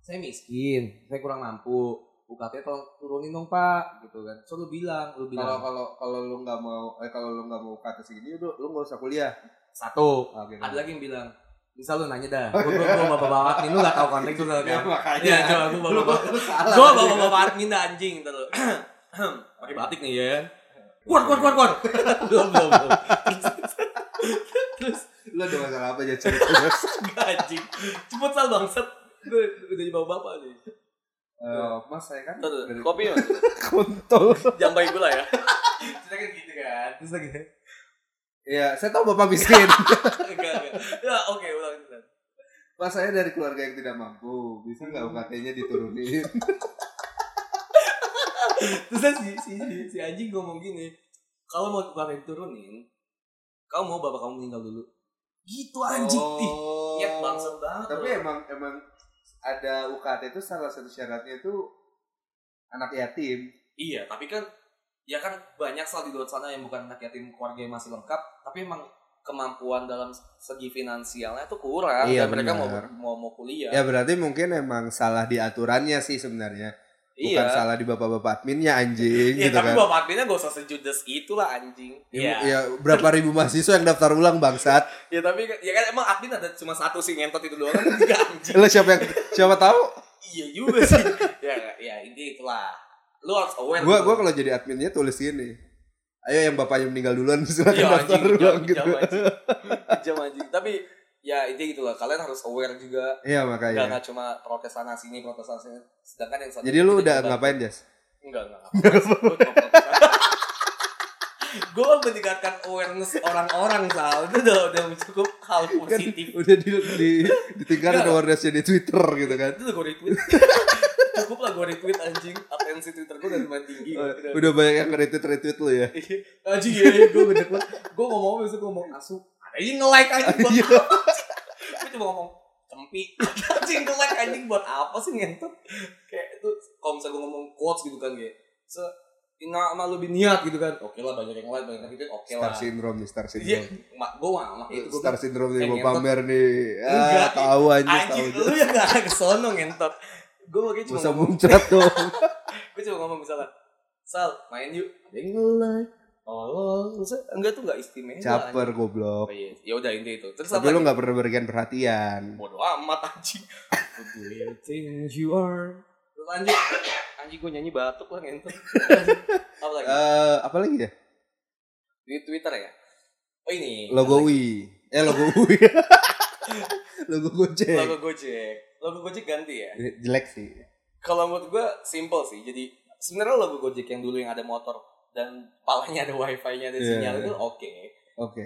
Speaker 3: saya miskin saya kurang mampu UKT tolong turunin dong pak gitu kan so lu bilang lu
Speaker 2: Kalau
Speaker 3: bilang
Speaker 2: kalau kalau lu nggak mau eh kalau lu nggak mau kata segini lu lu nggak usah kuliah.
Speaker 3: satu
Speaker 2: Ah, gitu.
Speaker 3: ada lagi yang bilang misal lu nanya dah gua, gua, gua bapak-bapak admin lu gak tau konteks lu gak
Speaker 2: Ya,
Speaker 3: kan
Speaker 2: makanya.
Speaker 3: Iya, coba gua
Speaker 2: Lu-
Speaker 3: bapak-bapak
Speaker 2: lu salah.
Speaker 3: gua bapak-bapak admin dah anjing ntar lu pakai batik nih ya kan keluar keluar keluar keluar belum belum belum terus
Speaker 2: Lu ada masalah apa aja cerita?
Speaker 3: anjing cepet sal bangsat gue udah jadi bapak bapak nih
Speaker 2: Eh, mas saya kan
Speaker 3: Tuh,
Speaker 2: dari
Speaker 3: kopi mas
Speaker 2: kontol.
Speaker 3: jambai gula ya kita kan gitu kan terus lagi
Speaker 2: Iya, saya tahu bapak miskin.
Speaker 3: enggak enggak ya oke ulang ulang.
Speaker 2: Mas saya dari keluarga yang tidak mampu, bisa nggak
Speaker 3: Oh.
Speaker 2: UKT-nya diturunin?
Speaker 3: terus kan si si si, si anjing ngomong gini kalau mau kemarin turunin kamu mau bapak kamu meninggal dulu Gitu anjing. Ih, nyet bangsat banget.
Speaker 2: Oh. Tapi
Speaker 3: lu.
Speaker 2: emang emang ada UKT itu salah satu syaratnya itu anak yatim.
Speaker 3: Iya, tapi kan ya kan banyak soal di luar sana yang bukan anak yatim keluarga yang masih lengkap, tapi emang kemampuan dalam segi finansialnya tuh kurang
Speaker 2: Iya,
Speaker 3: dan mereka mau,
Speaker 2: benar.
Speaker 3: mau mau kuliah.
Speaker 2: Ya berarti mungkin emang salah di aturannya sih sebenarnya.
Speaker 3: iya.
Speaker 2: Bukan salah di bapak-bapak adminnya anjing
Speaker 3: Iya,
Speaker 2: gitu kan.
Speaker 3: tapi Iya. bapak adminnya gak usah sejudes itulah anjing.
Speaker 2: Ya, ya, berapa ribu mahasiswa yang daftar ulang bangsat.
Speaker 3: Ya tapi kan- ya kan emang admin ada cuma satu sih ngentot itu doang kan tiga anjing.
Speaker 2: Lo siapa yang siapa tahu?
Speaker 3: iya juga sih. ya ya ini itulah. Lu harus aware. gitu.
Speaker 2: Gua
Speaker 3: tuh.
Speaker 2: gua kalau jadi adminnya tulis gini. Ayo yang bapaknya meninggal duluan
Speaker 3: Iya,
Speaker 2: silakan
Speaker 3: anjing,
Speaker 2: daftar
Speaker 3: kejam,
Speaker 2: ulang
Speaker 3: kejam,
Speaker 2: gitu.
Speaker 3: anjing. Kejam, anjing. Tapi ya intinya gitulah kalian harus aware juga
Speaker 2: Iya
Speaker 3: Enggak
Speaker 2: makanya.
Speaker 3: enggak cuma protes sana sini, protes sana sini. Sedangkan yang satu
Speaker 2: Jadi lu
Speaker 3: itu
Speaker 2: udah
Speaker 3: juga-
Speaker 2: ngapain, Jas?
Speaker 3: Enggak, enggak. enggak. Gua cuma protes sana. Gua meningkatkan awareness orang-orang soal itu udah udah cukup hal
Speaker 2: Kan
Speaker 3: positif.
Speaker 2: udah di di ditingkatkan
Speaker 3: Enggak.
Speaker 2: awareness-nya di Twitter gitu kan.
Speaker 3: Itu gue retweet. Cukup lah gue retweet anjing. Atensi Twitter gue udah lumayan tinggi.
Speaker 2: Oh, Udah banyak yang retweet retweet lu ya.
Speaker 3: Anjing ya, ya gue gede banget. Gue ngomong besok gue ngomong asu. Ada yang nge-like anjing buat
Speaker 2: Iya.
Speaker 3: apa? Gue cuma ngomong tempi. Anjing nge-like anjing buat apa sih ngentot? Kayak itu kalau misalnya gue ngomong quotes gitu kan kayak. Se Ina sama lebih niat gitu kan. Oke lah banyak yang like, banyak yang retweet. Oke
Speaker 2: Star
Speaker 3: lah.
Speaker 2: syndrome nih, Star
Speaker 3: Iya,
Speaker 2: syndrome.
Speaker 3: mak gue mah mak itu gue
Speaker 2: Star syndrome nih
Speaker 3: Eh,
Speaker 2: mau
Speaker 3: ngentot.
Speaker 2: pamer nih.
Speaker 3: Enggak. iya.
Speaker 2: Ah, tahu anjing tahu.
Speaker 3: Anjing lu yang gak kesono ngentot. Gue makanya cuma
Speaker 2: Bisa muncrat dong.
Speaker 3: gue cuma ngomong misalnya Sal main yuk ada yang nge-like oh terus enggak tuh enggak istimewa
Speaker 2: Caper goblok.
Speaker 3: oh, iya. ya udah intinya itu Iya, terus
Speaker 2: Tapi
Speaker 3: apa
Speaker 2: lu
Speaker 3: lagi?
Speaker 2: gak pernah berikan perhatian.
Speaker 3: bodo amat anjing Who do you think you are terus anjing anjing gue nyanyi batuk lah ngentot apa lagi
Speaker 2: Eh, apa lagi ya?
Speaker 3: Iya, di twitter ya oh ini
Speaker 2: Logo
Speaker 3: Ada lagi.
Speaker 2: Wi. Eh logo Wi. logo Gojek.
Speaker 3: logo gojek logo gojek ganti ya
Speaker 2: Jelek sih.
Speaker 3: kalau menurut gue simple sih jadi sebenarnya logo gojek yang dulu yang ada motor dan palanya ada wifi-nya ada
Speaker 2: Iya.
Speaker 3: sinyal itu oke
Speaker 2: Oke.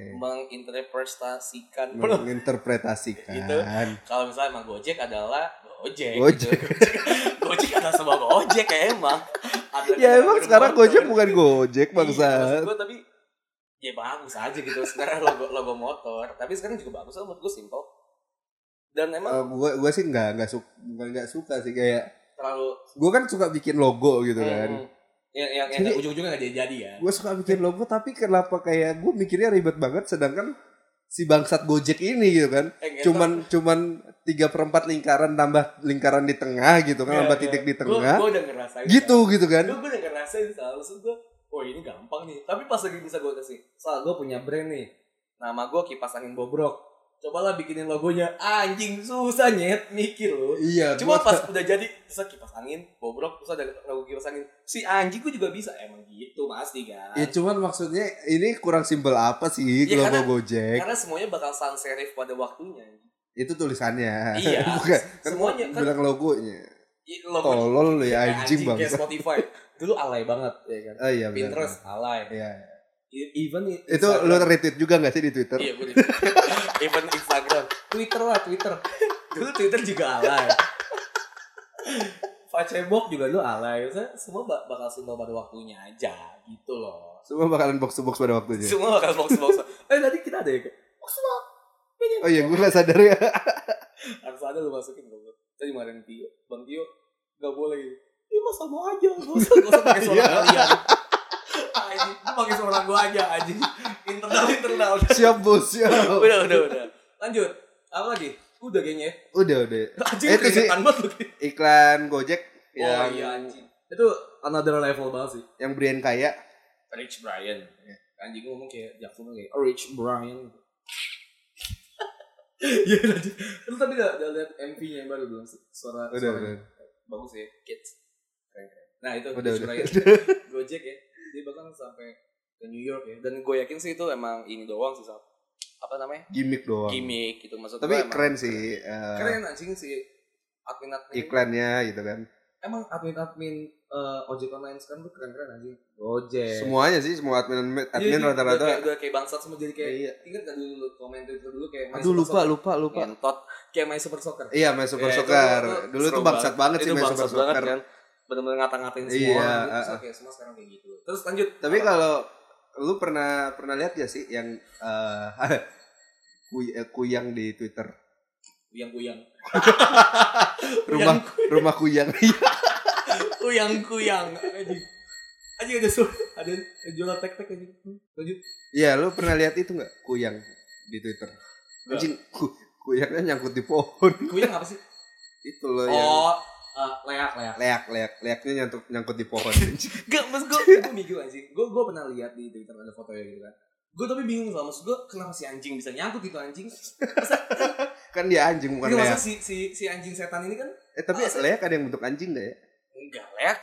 Speaker 3: menginterpretasikan
Speaker 2: Menginterpretasikan.
Speaker 3: Gitu. kalau misalnya emang Gojek adalah Gojek.
Speaker 2: Gojek.
Speaker 3: Gitu. Gojek adalah sebuah Gojek ya emang. Ada
Speaker 2: Ya emang
Speaker 3: ada
Speaker 2: sekarang
Speaker 3: motor.
Speaker 2: Gojek bukan Gojek
Speaker 3: Iya, maksud
Speaker 2: bangsa.
Speaker 3: gua tapi ya bagus aja gitu sekarang logo logo motor. Tapi sekarang juga bagus lah menurut gue simple. Dan emang
Speaker 2: gue gue Eh, sih nggak nggak suka nggak suka sih kayak
Speaker 3: terlalu
Speaker 2: gue kan suka bikin logo gitu kan
Speaker 3: Hmm, yang yang, yang
Speaker 2: Jadi-
Speaker 3: ujung-ujungnya nggak jadi-jadi ya.
Speaker 2: gue suka bikin logo tapi kenapa kayak gue mikirnya ribet banget sedangkan si bangsat Gojek ini gitu kan
Speaker 3: Eh, ngentot.
Speaker 2: cuman cuman tiga perempat lingkaran tambah lingkaran di tengah gitu kan
Speaker 3: Ya,
Speaker 2: tambah
Speaker 3: ya.
Speaker 2: titik di
Speaker 3: Gua-
Speaker 2: tengah
Speaker 3: gua udah ngerasain.
Speaker 2: gitu gitu kan
Speaker 3: gue gue udah ngerasain sal maksud gue oh ini gampang nih tapi pas lagi bisa gue kasih sal gue punya brand nih nama gue kipas angin bobrok cobalah bikinin logonya anjing susah nyet mikir lo
Speaker 2: iya
Speaker 3: cuma
Speaker 2: gua-
Speaker 3: pas udah jadi bisa kipas angin bobrok terus ada logo kipas angin si anjing gue juga bisa emang gitu pasti kan
Speaker 2: ya cuman maksudnya ini kurang simbol apa sih
Speaker 3: Ya,
Speaker 2: logo
Speaker 3: karena-
Speaker 2: Gojek
Speaker 3: karena semuanya bakal sans serif pada waktunya
Speaker 2: itu tulisannya
Speaker 3: Iya,
Speaker 2: bukan kan
Speaker 3: semuanya kan-
Speaker 2: bilang logonya
Speaker 3: Ih, logo Iya,
Speaker 2: tolol lu ya
Speaker 3: kayak
Speaker 2: anjing
Speaker 3: kayak
Speaker 2: bangsa
Speaker 3: Spotify dulu alay banget ya kan
Speaker 2: oh iya benar
Speaker 3: Pinterest alay E-,
Speaker 2: Iya.
Speaker 3: even
Speaker 2: itu lu retweet juga gak sih di Twitter
Speaker 3: Iya gue Even Instagram Twitter lah Twitter Dulu Twitter juga alay Facebook juga lu alay Maksudnya Semua ba- bakal simbol pada waktunya aja Gitu loh
Speaker 2: semua bakalan box to box pada waktunya
Speaker 3: Semua bakal box-box Eh tadi kita ada ya Kak? Box-box Ini
Speaker 2: oh iya gue gak sadar ya
Speaker 3: Harus ada lu masukin dulu Tadi kemarin Tio Bang Tio Gak boleh gitu Ini mah sama aja Gak usah, gak usah pakai suara
Speaker 2: Iya.
Speaker 3: kalian Anjing, lu pakai suara gua aja anjing. Internal internal.
Speaker 2: siap bos siap
Speaker 3: Udah udah udah. Lanjut. Apa lagi? Udah kayaknya. ya.
Speaker 2: udah udah
Speaker 3: Anjing
Speaker 2: Eh, itu sih-
Speaker 3: keringetan banget lu.
Speaker 2: iklan Gojek
Speaker 3: Oh
Speaker 2: yang
Speaker 3: iya anjing. Itu another level banget sih.
Speaker 2: yang Brian kaya
Speaker 3: Rich Brian. Anjing ngomong kayak Jackson kayak "Oh, Rich Brian. Iya anjing. Lu tapi udah, udah lihat MV-nya yang baru belum sih? Suara
Speaker 2: udah udah
Speaker 3: suaranya. bagus ya, kids. Keren-keren. Nah, itu
Speaker 2: udah
Speaker 3: Rich
Speaker 2: udah
Speaker 3: Brian. Gojek ya. Dia bahkan sampai ke New York ya. Dan gue yakin sih itu emang ini doang sih, Sal. Apa namanya?
Speaker 2: gimmick doang
Speaker 3: Gimmick gitu maksud
Speaker 2: tapi
Speaker 3: gua emang
Speaker 2: keren sih eh,
Speaker 3: Keren anjing sih admin-admin
Speaker 2: iklannya gitu kan
Speaker 3: emang admin-admin eh, ojek online sekarang tuh keren-keren anjing. Gojek.
Speaker 2: semuanya sih semua admin
Speaker 3: Iya,
Speaker 2: admin
Speaker 3: iya,
Speaker 2: rata-rata
Speaker 3: udah, kayak- udah kayak bangsat semua jadi kayak
Speaker 2: Iya.
Speaker 3: ingat gak dulu komen Twitter dulu kayak My
Speaker 2: aduh
Speaker 3: Super
Speaker 2: lupa
Speaker 3: Soccer?
Speaker 2: lupa lupa
Speaker 3: Ngentot. kayak main super soccer.
Speaker 2: iya main super
Speaker 3: Iya, itu- itu-
Speaker 2: soccer
Speaker 3: itu
Speaker 2: dulu
Speaker 3: seru
Speaker 2: tuh bangsat banget sih
Speaker 3: itu
Speaker 2: main super
Speaker 3: bangsat banget
Speaker 2: soccer
Speaker 3: kan. Bener-bener ngata-ngatain semua
Speaker 2: Iya,
Speaker 3: orang
Speaker 2: ah,
Speaker 3: gitu. Terus
Speaker 2: ah.
Speaker 3: kayak semua sekarang kayak gitu. Terus lanjut.
Speaker 2: tapi kalau lu pernah pernah lihat ya sih yang eh kuy- eh, kuyang di Twitter.
Speaker 3: Uyang kuyang.
Speaker 2: Rumah rumah kuyang. Iya,
Speaker 3: Uyang kuyang. Anjing. Anjing ada suara. Ada jualan tek-tek anjing. Lanjut.
Speaker 2: Iya, lu pernah lihat itu nggak kuyang di Twitter?
Speaker 3: Nggak.
Speaker 2: Anjing, ku- kuyangnya nyangkut di pohon.
Speaker 3: Kuyang apa sih?
Speaker 2: Itu loh yang
Speaker 3: Oh, eh, leak leak.
Speaker 2: leak leak leaknya nyangkut nyangkut di pohon. anjing.
Speaker 3: Gak, mas gue gue mikir anjing. Gue gue pernah lihat di Twitter ada fotonya gitu kan. Gue tapi bingung sama maksud gue kenapa si anjing bisa nyangkut itu anjing.
Speaker 2: kan dia anjing bukan
Speaker 3: Ini masa
Speaker 2: leak.
Speaker 3: si si si anjing setan ini kan
Speaker 2: Eh tapi
Speaker 3: Ah,
Speaker 2: leak ada yang bentuk anjing deh. Ya?
Speaker 3: enggak leak.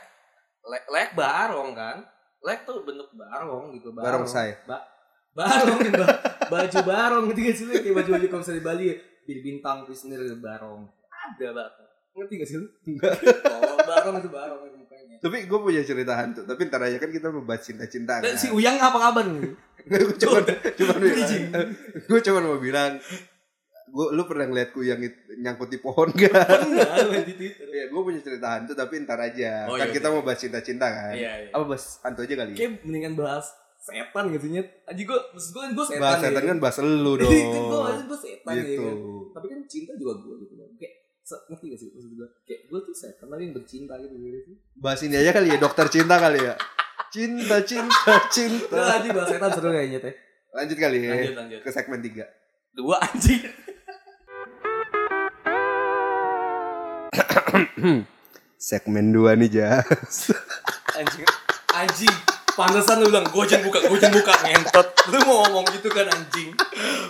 Speaker 3: Leak, leak barong kan. Leak tuh bentuk barong gitu barong.
Speaker 2: Barongsai.
Speaker 3: Ba- barong ba- baju barong gitu kan sih lu kayak baju-baju kalau misalnya di Bali ya, bil bintang prisoner itu barong. Ada banget. Ngerti gak sih lu?
Speaker 2: Enggak.
Speaker 3: Oh, barong itu barong kan mukanya.
Speaker 2: Tapi gue punya cerita hantu. Tapi ntar aja kan kita membahas cinta-cinta. kan?
Speaker 3: Dan si Uyang apa kabar nih?
Speaker 2: gue cuma cuma
Speaker 3: Anjing.
Speaker 2: bilang, gue cuma mau bilang, gue lu pernah ngeliat kuyang itu- nyangkut di pohon gak?
Speaker 3: Pernah lu di Twitter.
Speaker 2: Ya, gue punya cerita hantu tapi ntar aja.
Speaker 3: Oh,
Speaker 2: kan
Speaker 3: iya,
Speaker 2: kita
Speaker 3: iya.
Speaker 2: mau bahas cinta-cinta kan.
Speaker 3: Iya, iya.
Speaker 2: Apa bahas hantu aja kali? Ya?
Speaker 3: Kayak mendingan bahas setan gitu nyet. Anjing gua maksud gua kan gua setan. Iya,
Speaker 2: Bahas setan kan bahas lu dong.
Speaker 3: gua maksud gua setan ya
Speaker 2: gitu.
Speaker 3: kan. Tapi kan cinta juga gua gitu kan. Kayak se- ngerti gak sih maksud gua? Kayak gua tuh setan tapi yang bercinta gitu gitu.
Speaker 2: Bahas ini aja kali ya, dokter cinta kali ya. Cinta, cinta,
Speaker 3: Udah
Speaker 2: cinta.
Speaker 3: anjing bahas setan seru kayaknya teh.
Speaker 2: Lanjut kali ya.
Speaker 3: Lanjut lanjut.
Speaker 2: Ke segmen 3.
Speaker 3: Dua anjing.
Speaker 2: segmen 2 nih, Jas.
Speaker 3: Anjing. Anjing. Pantesan lu bilang gojen buka, gojen buka ngentot. Lu mau ngomong gitu kan anjing.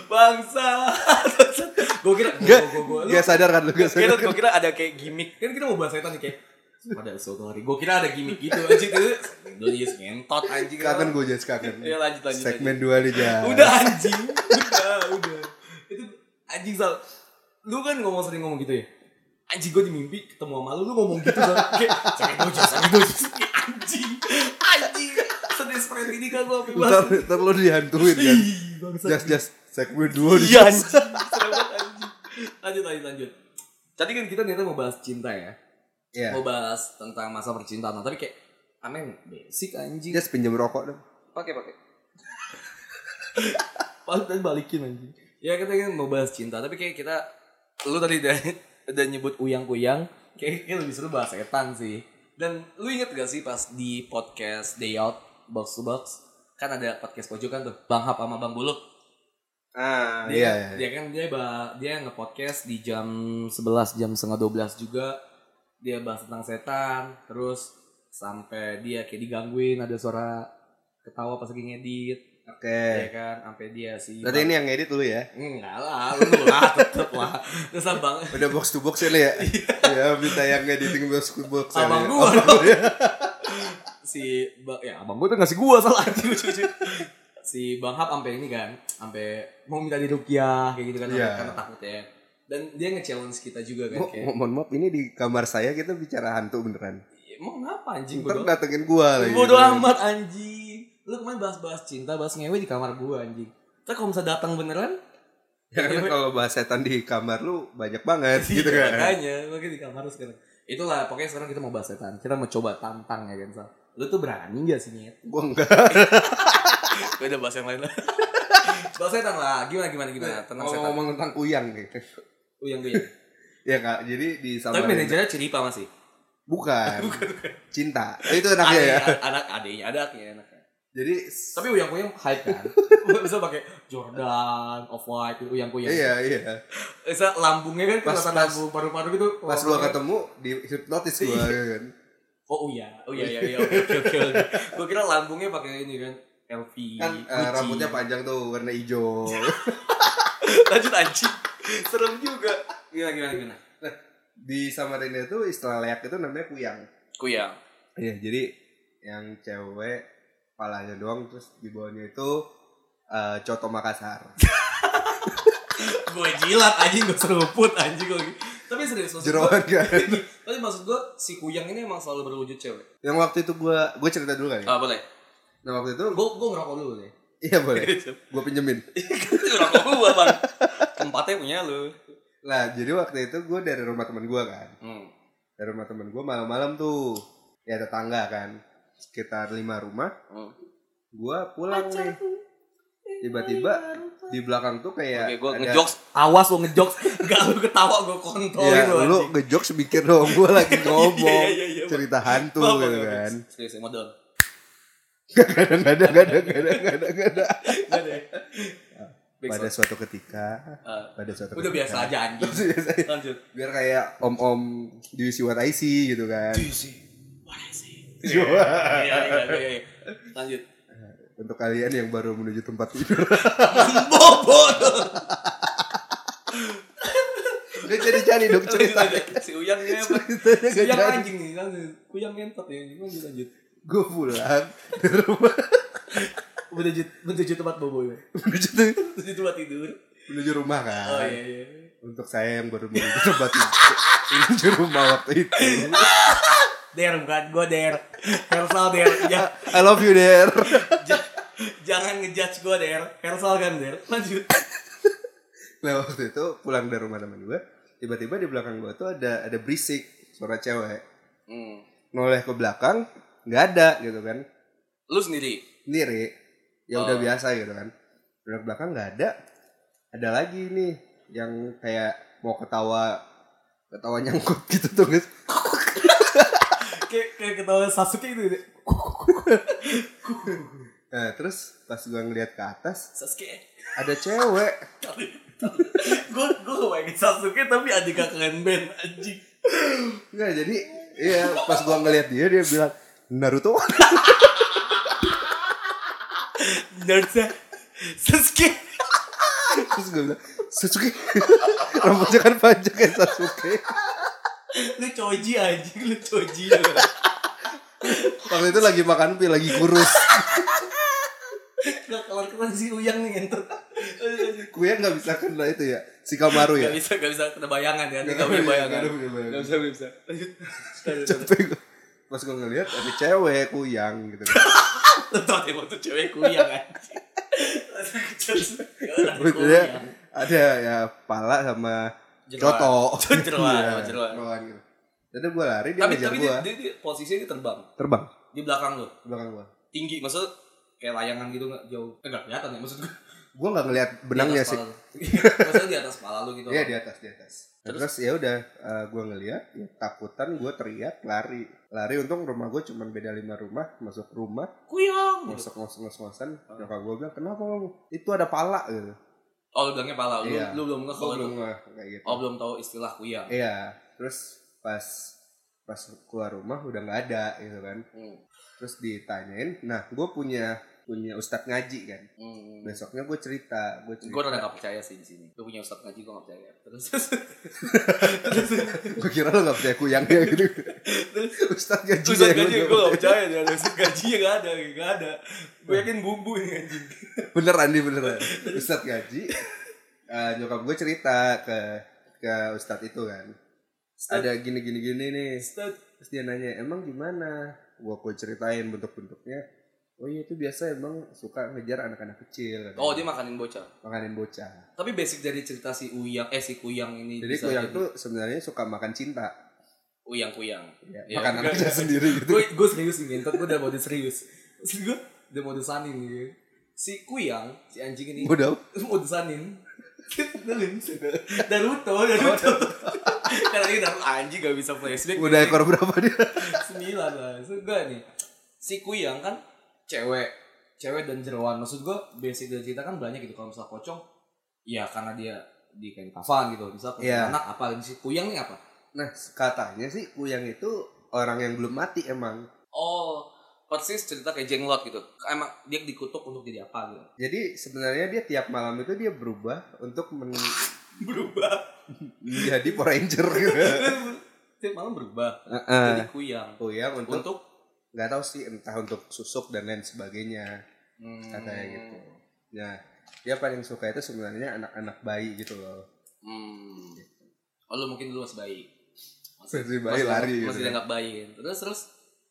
Speaker 3: Bangsa. Gua kira gua
Speaker 2: Gak,
Speaker 3: gua gua. Lu
Speaker 2: gak sadar kan lu gak
Speaker 3: Kira
Speaker 2: sadar.
Speaker 3: gue kira ada kayak gimmick. Kan kita mau bahas setan nih kayak pada suatu hari gue kira ada gimmick gitu anjing itu Indonesia ngentot anjing
Speaker 2: Kangen gue Jas kangen.
Speaker 3: ya lanjut lanjut
Speaker 2: Segmen 2 nih, Jas.
Speaker 3: lanjut. udah anjing udah udah itu anjing sal lu kan ngomong sering ngomong gitu ya anjing gue di mimpi ketemu sama lu lu ngomong gitu sal kayak sakit dojas sakit dojas anjing anjing sedespret ini kan gue pilih
Speaker 2: Ntar, ntar lu dihantuin kan.
Speaker 3: Iya.
Speaker 2: Jas, jas. Segmen 2 nih, Jas.
Speaker 3: lanjut lanjut lanjut tadi kan kita ternyata mau bahas cinta ya
Speaker 2: Iya.
Speaker 3: mau bahas tentang masa percintaan tapi kayak amin basic anjing
Speaker 2: Jas pinjam rokok dong.
Speaker 3: pakai pakai pantas balikin anjing ya kita kan mau bahas cinta tapi kayak kita lu tadi udah udah nyebut uyang uyang kayak, kayak lebih seru bahas setan sih dan lu inget gak sih pas di podcast day out box to box kan ada podcast pojokan tuh bang hap sama bang bulu
Speaker 2: Ah,
Speaker 3: dia,
Speaker 2: iya, iya.
Speaker 3: dia kan dia bah, dia nge-podcast di jam 11 jam setengah 12 juga dia bahas tentang setan terus sampai dia kayak digangguin ada suara ketawa pas lagi ngedit ya
Speaker 2: Oke.
Speaker 3: kan sampai dia
Speaker 2: Eh.
Speaker 3: si
Speaker 2: Berarti ini yang ngedit lu ya.
Speaker 3: enggak lah lu lah tetep lah terus abang
Speaker 2: Udah box to box ya lu ya. Ya, minta yang ngediting box to box. ya, lu
Speaker 3: Iya. abang
Speaker 2: ya.
Speaker 3: gua si bang ya abang gua tuh ngasih gua salah si bang hap sampai ini kan sampai mau minta di rukyah kayak gitu kan
Speaker 2: Iya.
Speaker 3: karena takut ya dan dia nge-challenge kita juga kan
Speaker 2: Mo-
Speaker 3: kayak
Speaker 2: mo- mohon maaf ini di kamar saya kita bicara hantu beneran.
Speaker 3: Ya, Emang kenapa anjing
Speaker 2: Ntar
Speaker 3: bodoh?
Speaker 2: datengin gua lagi. Iya.
Speaker 3: Bodoh amat anjing. Lu kemarin bahas-bahas cinta, bahas ngewe di kamar gua anjing. Terus kalau misalnya datang beneran,
Speaker 2: Ya, karena kalau bahas setan di kamar lu banyak banget gitu
Speaker 3: iya,
Speaker 2: kan.
Speaker 3: Makanya, makanya di kamar lu sekarang. Itulah, pokoknya sekarang kita mau bahas setan. Kita mau coba tantang ya kan, Sal. Lu tuh berani gak sih, Nyet?
Speaker 2: Gua enggak.
Speaker 3: Gue udah bahas yang lain lah. Iya, bahas setan lah. Gimana, gimana, gimana. Tentang Nah, setan.
Speaker 2: Ngomong tentang kuyang nih.
Speaker 3: Uyang, uyang.
Speaker 2: Ya Kak, jadi di
Speaker 3: Tapi
Speaker 2: Samarinda
Speaker 3: manajernya cerita masih.
Speaker 2: bukan. Cinta. Eh, Itu enaknya ya.
Speaker 3: Adeknya- Anak adiknya, adaknya, anaknya.
Speaker 2: Jadi
Speaker 3: Tapi uyang-uyang hype kan. Bisa pakai Jordan, Off-White, uyang-uyang.
Speaker 2: iya iya.
Speaker 3: Bisa lambungnya kan
Speaker 2: Pas-
Speaker 3: kelihatan
Speaker 2: pas-
Speaker 3: lambung paru-paru gitu.
Speaker 2: Pas gua ketemu di hipnotis gua
Speaker 3: Iya.
Speaker 2: ya kan.
Speaker 3: Oh iya, oh iya iya iya. Oke oke oke. oke. Gua kira lambungnya pakai ini kan. LV.
Speaker 2: Kan eh,
Speaker 3: Gucci.
Speaker 2: rambutnya panjang tuh warna hijau.
Speaker 3: Lanjut anjing. Serem juga. Gimana gimana gimana.
Speaker 2: di Samarinda itu istilah leak itu namanya kuyang.
Speaker 3: Kuyang.
Speaker 2: Iya, jadi yang cewek palanya doang terus di bawahnya itu eh, coto Makassar.
Speaker 3: Gue jilat anjing gue seruput anjing gue. Tapi serius maksud gua-
Speaker 2: Jeroan kan.
Speaker 3: Tapi maksud gue si kuyang ini emang selalu berwujud cewek.
Speaker 2: yang waktu itu gua gua cerita dulu kali. ya.
Speaker 3: Ah boleh.
Speaker 2: Nah, waktu itu
Speaker 3: Gue gue ngerokok dulu deh.
Speaker 2: iya boleh. Gua pinjemin.
Speaker 3: ngerokok gue bang. Tempatnya punya lu.
Speaker 2: Lah, jadi waktu itu gua dari rumah teman gua kan.
Speaker 3: Hmm.
Speaker 2: Dari rumah teman gua malam-malam tuh. Ya tetangga kan. Sekitar lima rumah.
Speaker 3: Hmm.
Speaker 2: Gua pulang nih. Tiba-tiba di belakang tuh kayak
Speaker 3: Oke, gue
Speaker 2: ada-
Speaker 3: ngejokes. Awas lo ngejokes. Gak lu ketawa gue kontolin
Speaker 2: Ya, lu
Speaker 3: lo. Oh, gitu, anjing.
Speaker 2: ngejokes mikir dong gue lagi
Speaker 3: Iya,
Speaker 2: ngomong
Speaker 3: iya, iya, iya.
Speaker 2: cerita hantu
Speaker 3: Maaf,
Speaker 2: gitu
Speaker 3: maaf, maaf.
Speaker 2: kan.
Speaker 3: Serius, ya, modal.
Speaker 2: Gak ada, gak ada, gak ada, gak ada, gak ada, gak ada.
Speaker 3: Gak deh. Back
Speaker 2: Pada
Speaker 3: sound.
Speaker 2: suatu ketika,
Speaker 3: Ah,
Speaker 2: pada suatu
Speaker 3: Udah biasa aja anjing. Lanjut.
Speaker 2: Biar kayak om-om di See What I See gitu kan.
Speaker 3: Juicy. What I say.
Speaker 2: Iya.
Speaker 3: Iya, iya, iya, iya. Lanjut.
Speaker 2: Untuk kalian yang baru menuju tempat tidur.
Speaker 3: Bobo.
Speaker 2: Gak jadi-jadi dong cerita.
Speaker 3: Si Uyangnya apa?
Speaker 2: Ceritanya
Speaker 3: Si
Speaker 2: gak jadi.
Speaker 3: Uyang Iya, anjing nih. lanjut. Uyang ngentot ya. Lanjut, lanjut.
Speaker 2: Gue pulang dari rumah
Speaker 3: Menuju, menuju tempat bobo ya.
Speaker 2: menuju, tuh-
Speaker 3: Menuju tempat tidur.
Speaker 2: menuju rumah kan.
Speaker 3: Oh iya, iya.
Speaker 2: Untuk saya yang baru menuju tempat tidur. menuju rumah waktu itu.
Speaker 3: Der, bukan gue der. Hersal der. Ja-
Speaker 2: I love you there.
Speaker 3: ja- jangan ngejudge gue der. Hersal kan der. Lanjut.
Speaker 2: Nah waktu itu pulang dari rumah teman gue, tiba-tiba di belakang gue tuh ada ada berisik suara cewek.
Speaker 3: Hmm.
Speaker 2: Noleh ke belakang, nggak ada gitu kan.
Speaker 3: Lu sendiri.
Speaker 2: Sendiri, ya udah
Speaker 3: Oh.
Speaker 2: biasa gitu kan. Noleh ke belakang nggak ada, ada lagi nih yang kayak mau ketawa ketawa nyangkut gitu tuh guys.
Speaker 3: Kayak kayak ketawa Sasuke itu. gitu.
Speaker 2: Nah, terus pas gue ngeliat ke atas
Speaker 3: Sasuke.
Speaker 2: ada cewek.
Speaker 3: gue gue kebayangin Sasuke tapi ada kakak band anjing
Speaker 2: Enggak jadi iya pas gue ngeliat dia dia bilang Naruto.
Speaker 3: Naruto Sasuke
Speaker 2: terus gue bilang Sasuke rambutnya kan panjang kayak Sasuke.
Speaker 3: lu coji anjing lu coji
Speaker 2: Waktu itu lagi makan pil, lagi kurus.
Speaker 3: nggak kelar kelar si uyang nih ngentot
Speaker 2: Gue nggak bisa kena itu ya, si Kamaru ya.
Speaker 3: nggak bisa nggak bisa kena bayangan ya
Speaker 2: Nggak
Speaker 3: nggak punya
Speaker 2: bisa,
Speaker 3: bayangan
Speaker 2: nggak punya bayangan.
Speaker 3: nggak bisa nggak bisa lanjut Lanjut, lanjut.
Speaker 2: Capek gue. Pas gue ngeliat ada cewek kuyang gitu.
Speaker 3: lu tau deh waktu cewek kuyang anjing
Speaker 2: Maksudnya ada ya pala sama
Speaker 3: Jeroan.
Speaker 2: coto.
Speaker 3: Jeroan,
Speaker 2: Iya,
Speaker 3: jeroan.
Speaker 2: jeroan gitu. Jadi gue lari dia
Speaker 3: tapi
Speaker 2: ngejar
Speaker 3: tapi
Speaker 2: gue.
Speaker 3: dia, dia, dia posisinya dia terbang
Speaker 2: Terbang
Speaker 3: di belakang lu
Speaker 2: di belakang gue.
Speaker 3: tinggi maksud kayak layangan gitu nggak jauh Eh, nggak kelihatan ya maksud gue
Speaker 2: Gue nggak ngeliat benangnya sih.
Speaker 3: Maksudnya di atas pala lu gitu.
Speaker 2: Iya di atas di atas. Nah, Terus, ya udah eh, gue ngeliat ya, takutan gue teriak lari lari untung rumah gue cuman beda lima rumah masuk rumah
Speaker 3: Kuyang. gitu.
Speaker 2: ngosok ngosok ngosokan
Speaker 3: Ah.
Speaker 2: nyokap gue bilang kenapa kamu itu ada pala gitu
Speaker 3: Oh, lu bilangnya Oh, pala. Lu,
Speaker 2: Iya.
Speaker 3: lu belum nggak
Speaker 2: Gua
Speaker 3: kalau
Speaker 2: belum
Speaker 3: itu.
Speaker 2: ngeh, kayak gitu.
Speaker 3: Oh, belum tahu istilah kuyang.
Speaker 2: Iya, terus pas pas keluar rumah udah nggak ada gitu kan.
Speaker 3: Hmm.
Speaker 2: Terus ditanyain, nah gue punya punya ustadz ngaji kan.
Speaker 3: Hmm.
Speaker 2: Besoknya gue cerita, gue
Speaker 3: Gue
Speaker 2: cerita.
Speaker 3: rada nggak percaya sih di sini. Lu punya ustadz ngaji gue nggak percaya. Terus terus
Speaker 2: Gue kira lo nggak percaya kuyangnya gitu.
Speaker 3: terus
Speaker 2: ustadz ngaji.
Speaker 3: ustadz
Speaker 2: ya,
Speaker 3: ngaji
Speaker 2: gua
Speaker 3: gue nggak
Speaker 2: nggak percaya.
Speaker 3: percaya dia. Ustadz ngaji ya nggak ada, nggak ada. Gue yakin bumbu ini anjing.
Speaker 2: Beneran nih beneran. Ustadz ngaji. eh, nyokap gue cerita ke ke ustadz itu kan.
Speaker 3: Ustadz-
Speaker 2: Ada gini gini gini nih.
Speaker 3: Ustadz
Speaker 2: Terus dia nanya, emang gimana? Gua aku ceritain bentuk-bentuknya. Oh iya itu biasa emang suka ngejar anak-anak kecil. katanya.
Speaker 3: Oh dia makanin bocah.
Speaker 2: makanin bocah.
Speaker 3: Tapi basic dari cerita si Uyang, eh si Kuyang ini
Speaker 2: Jadi
Speaker 3: bisa
Speaker 2: kuyang
Speaker 3: jadi
Speaker 2: tuh sebenarnya suka makan cinta.
Speaker 3: Uyang-Kuyang.
Speaker 2: Ya,
Speaker 3: Iya.
Speaker 2: makan anaknya sendiri gitu.
Speaker 3: gue gue serius nih ngentot gue udah mode serius Maksud gue udah mode sanin gitu si kuyang si anjing ini
Speaker 2: Bodoh.
Speaker 3: mode sanin Dalim, Naruto, Naruto. Karena ini Naruto anjing gak bisa flashback.
Speaker 2: Oh, Udah ekor berapa dia?
Speaker 3: sembilan lah. Maksud gue nih, si Kuyang kan cewek, cewek dan jeroan. Maksud gue basic dari cerita kan banyak gitu. Kalau misalnya pocong, ya karena dia di kain kafan gitu. Misal
Speaker 2: Iya.
Speaker 3: anak apa si Kuyang nih apa?
Speaker 2: Nah katanya sih kuyang itu orang yang belum mati emang.
Speaker 3: Oh, persis cerita kayak jenglot gitu. Emang dia dikutuk untuk jadi apa gitu?
Speaker 2: Jadi sebenarnya dia tiap malam itu dia berubah untuk men-
Speaker 3: Berubah.
Speaker 2: menjadi Power Ranger gitu.
Speaker 3: Tiap malam berubah.
Speaker 2: Heeh.
Speaker 3: Jadi kuyang.
Speaker 2: Kuyang Nah. untuk
Speaker 3: Untuk
Speaker 2: nggak tahu sih entah untuk susuk dan lain sebagainya.
Speaker 3: hmm,
Speaker 2: katanya gitu. Nah, dia paling suka itu sebenarnya anak-anak bayi gitu loh.
Speaker 3: Hmm. Oh, lu mungkin dulu masih bayi.
Speaker 2: Masih bayi lari
Speaker 3: Masih
Speaker 2: gitu ya.
Speaker 3: dianggap bayi. kan. Terus terus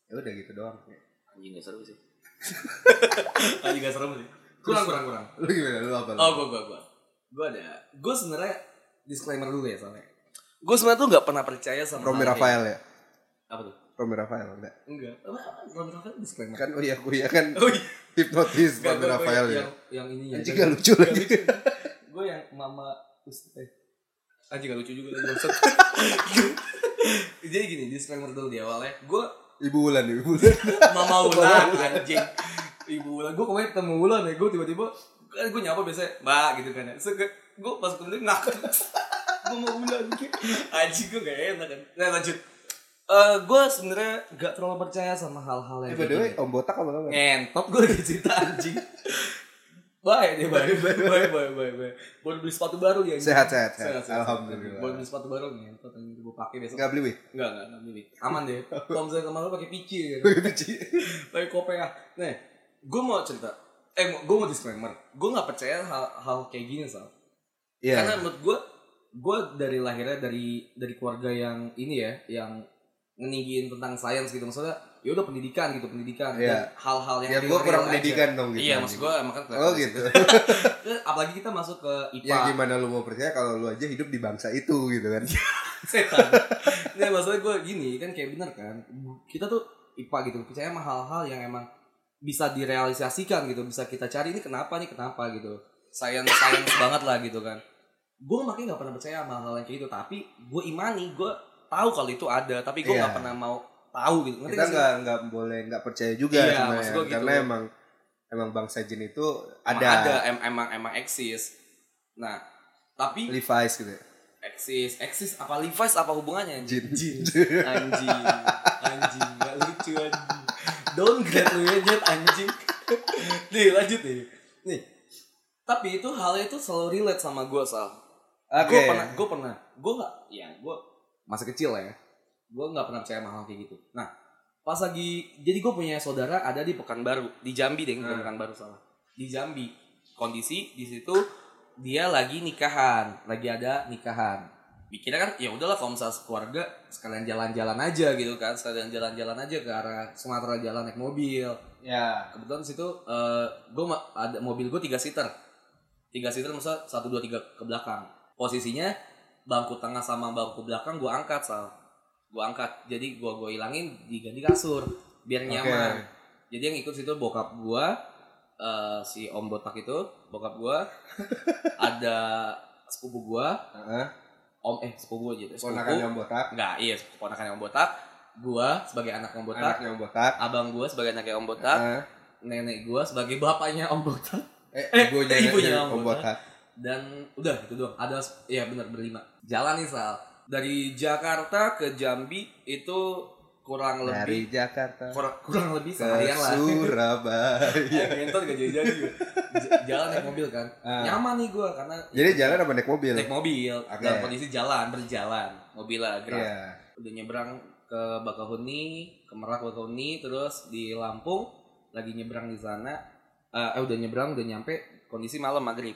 Speaker 2: Ya udah gitu doang.
Speaker 3: anjing gak seru sih. anjing gak seru sih. Kurang kurang kurang.
Speaker 2: Lu gimana lu apa? lu?
Speaker 3: Oh, gua gua gua. Gua ada. Gua sebenarnya disclaimer dulu ya soalnya. Gua sebenarnya tuh gak pernah percaya sama
Speaker 2: Romy
Speaker 3: hal kayak-
Speaker 2: Rafael ya.
Speaker 3: Apa tuh?
Speaker 2: Romi Rafael enggak?
Speaker 3: Enggak. Apa? Romi Rafael disclaimer.
Speaker 2: Kan oh iya aku ya kan
Speaker 3: Oh iya.
Speaker 2: hipnotis
Speaker 3: Enggak,
Speaker 2: Romi
Speaker 3: gua- gua
Speaker 2: Rafael ya.
Speaker 3: yang, yang ini ya.
Speaker 2: Anjing gak lucu lagi.
Speaker 3: Gue yang mama us- eh. Anjing gak lucu juga lagi maksud. Jadi gini, disclaimer dulu di awal ya. Gue
Speaker 2: Ibu Wulan, Ibu Wulan.
Speaker 3: Mama Wulan anjing. Ibu Wulan. Gue kemarin ketemu Wulan ya. Gue tiba-tiba kan gue nyapa biasanya Mbak gitu kan. Ya. So, gue pas kemudian ngakak. gue mau Wulan. Anjing gue gak enak kan. Nah lanjut. Eh gue sebenarnya gak terlalu percaya sama hal-hal yang
Speaker 2: Eh by the
Speaker 3: kayak
Speaker 2: way,
Speaker 3: gini.
Speaker 2: Om Botak apa
Speaker 3: Eh,
Speaker 2: kabar?
Speaker 3: ngentot gue lagi cerita anjing. Bye deh, bye, bye, bye, bye, bye, bye. Buat beli sepatu baru ya. anjing.
Speaker 2: Sehat, sehat, sehat.
Speaker 3: Sehat, sehat, sehat. Buat
Speaker 2: Alhamdulillah.
Speaker 3: beli sepatu baru ngentot anjing gue pakai besok.
Speaker 2: Enggak beli wih.
Speaker 3: Enggak, enggak, enggak milih. Aman deh. Kalau misalnya kemarin lu pakai pici ya. pakai kopea. Nih, gue mau cerita. Eh, gue mau disclaimer. Gue nggak percaya hal, hal kayak gini, Sal. Karena
Speaker 2: Iya.
Speaker 3: menurut gue, gue dari lahirnya dari dari keluarga yang ini ya, yang ngeninggiin tentang sains gitu. Maksudnya, ya udah pendidikan gitu, pendidikan. Dan
Speaker 2: Iya.
Speaker 3: hal-hal yang
Speaker 2: Ya gua
Speaker 3: teorial
Speaker 2: kurang
Speaker 3: aja.
Speaker 2: pendidikan dong gitu.
Speaker 3: Iya, maksud gue makan
Speaker 2: Oh gitu.
Speaker 3: Apalagi kita masuk ke IPA.
Speaker 2: Ya gimana lu mau percaya kalau lu aja hidup di bangsa itu gitu kan.
Speaker 3: Iya, setan. Nah, maksudnya gue gini kan kayak bener kan. Kita tuh IPA gitu, percaya sama hal-hal yang emang bisa direalisasikan gitu, bisa kita cari ini kenapa nih kenapa gitu. Sayang sayang banget lah gitu kan. Gue makanya nggak pernah percaya sama hal-hal yang kayak gitu, tapi gue imani, gue tahu kalau itu ada, tapi gue nggak
Speaker 2: Iya.
Speaker 3: pernah mau tahu gitu. Ngerti
Speaker 2: Kita
Speaker 3: nggak sih?
Speaker 2: nggak nggak boleh nggak percaya juga
Speaker 3: Iya,
Speaker 2: sebenarnya.
Speaker 3: maksud gua gitu.
Speaker 2: Karena emang emang bangsa jin itu
Speaker 3: Emang
Speaker 2: ada,
Speaker 3: ada em- emang emang eksis. Nah, tapi
Speaker 2: Levi's gitu. ya.
Speaker 3: eksis, eksis apa Levi's apa hubungannya?
Speaker 2: Jin.
Speaker 3: Jin. anjing anjing gak lucu anjing downgrade lu ya Jet, anjing nih lanjut nih nih tapi itu hal itu selalu relate sama gue sal
Speaker 2: Oke.
Speaker 3: gue pernah gue pernah gue nggak ya gue masa kecil lah ya gue nggak pernah percaya sama hal kayak gitu nah pas lagi jadi gue punya saudara ada di Pekanbaru di Jambi deh bukan
Speaker 2: Hmm.
Speaker 3: Pekanbaru salah di Jambi kondisi di situ dia lagi nikahan lagi ada nikahan mikirnya kan ya udahlah kalau misalnya keluarga sekalian jalan-jalan aja gitu kan sekalian jalan-jalan aja ke arah Sumatera jalan naik mobil
Speaker 2: Ya.
Speaker 3: kebetulan di situ eh gue ada mobil gue tiga seater tiga seater masa satu dua tiga ke belakang posisinya bangku tengah sama bangku belakang gue angkat sal gue angkat jadi gue gue hilangin diganti kasur biar nyaman jadi yang ikut situ bokap gue eh si om botak itu bokap gue ada sepupu gue
Speaker 2: Heeh.
Speaker 3: om eh sepupu aja
Speaker 2: Ponakan
Speaker 3: sepupu
Speaker 2: yang botak,
Speaker 3: nggak iya ponakan yang botak gue sebagai anak yang botak
Speaker 2: anak yang botak.
Speaker 3: abang gue sebagai anak yang botak
Speaker 2: Heeh.
Speaker 3: nenek gue sebagai bapaknya Om Botak
Speaker 2: Eh,
Speaker 3: Eh,
Speaker 2: ibunya,
Speaker 3: ibunya
Speaker 2: yang Oh,
Speaker 3: yang
Speaker 2: botak.
Speaker 3: dan udah gitu doang ada ya benar berlima jalan nih Sal dari Jakarta ke Jambi itu kurang
Speaker 2: Dari
Speaker 3: lebih
Speaker 2: Jakarta
Speaker 3: kurang, kurang lebih
Speaker 2: ke
Speaker 3: seharian lah
Speaker 2: Surabaya.
Speaker 3: ya ngentot gak jadi-jadi gua. J- jalan naik mobil kan
Speaker 2: Ah.
Speaker 3: nyaman nih gue karena
Speaker 2: Jadi jalan sama naik mobil.
Speaker 3: naik mobil
Speaker 2: Oke.
Speaker 3: dalam kondisi jalan berjalan mobil lah gerak
Speaker 2: Iya.
Speaker 3: udah nyebrang ke Bakahuni, ke Merak Bakahuni, terus di Lampung lagi nyebrang di sana. Eh, eh udah nyebrang, udah nyampe kondisi malam maghrib.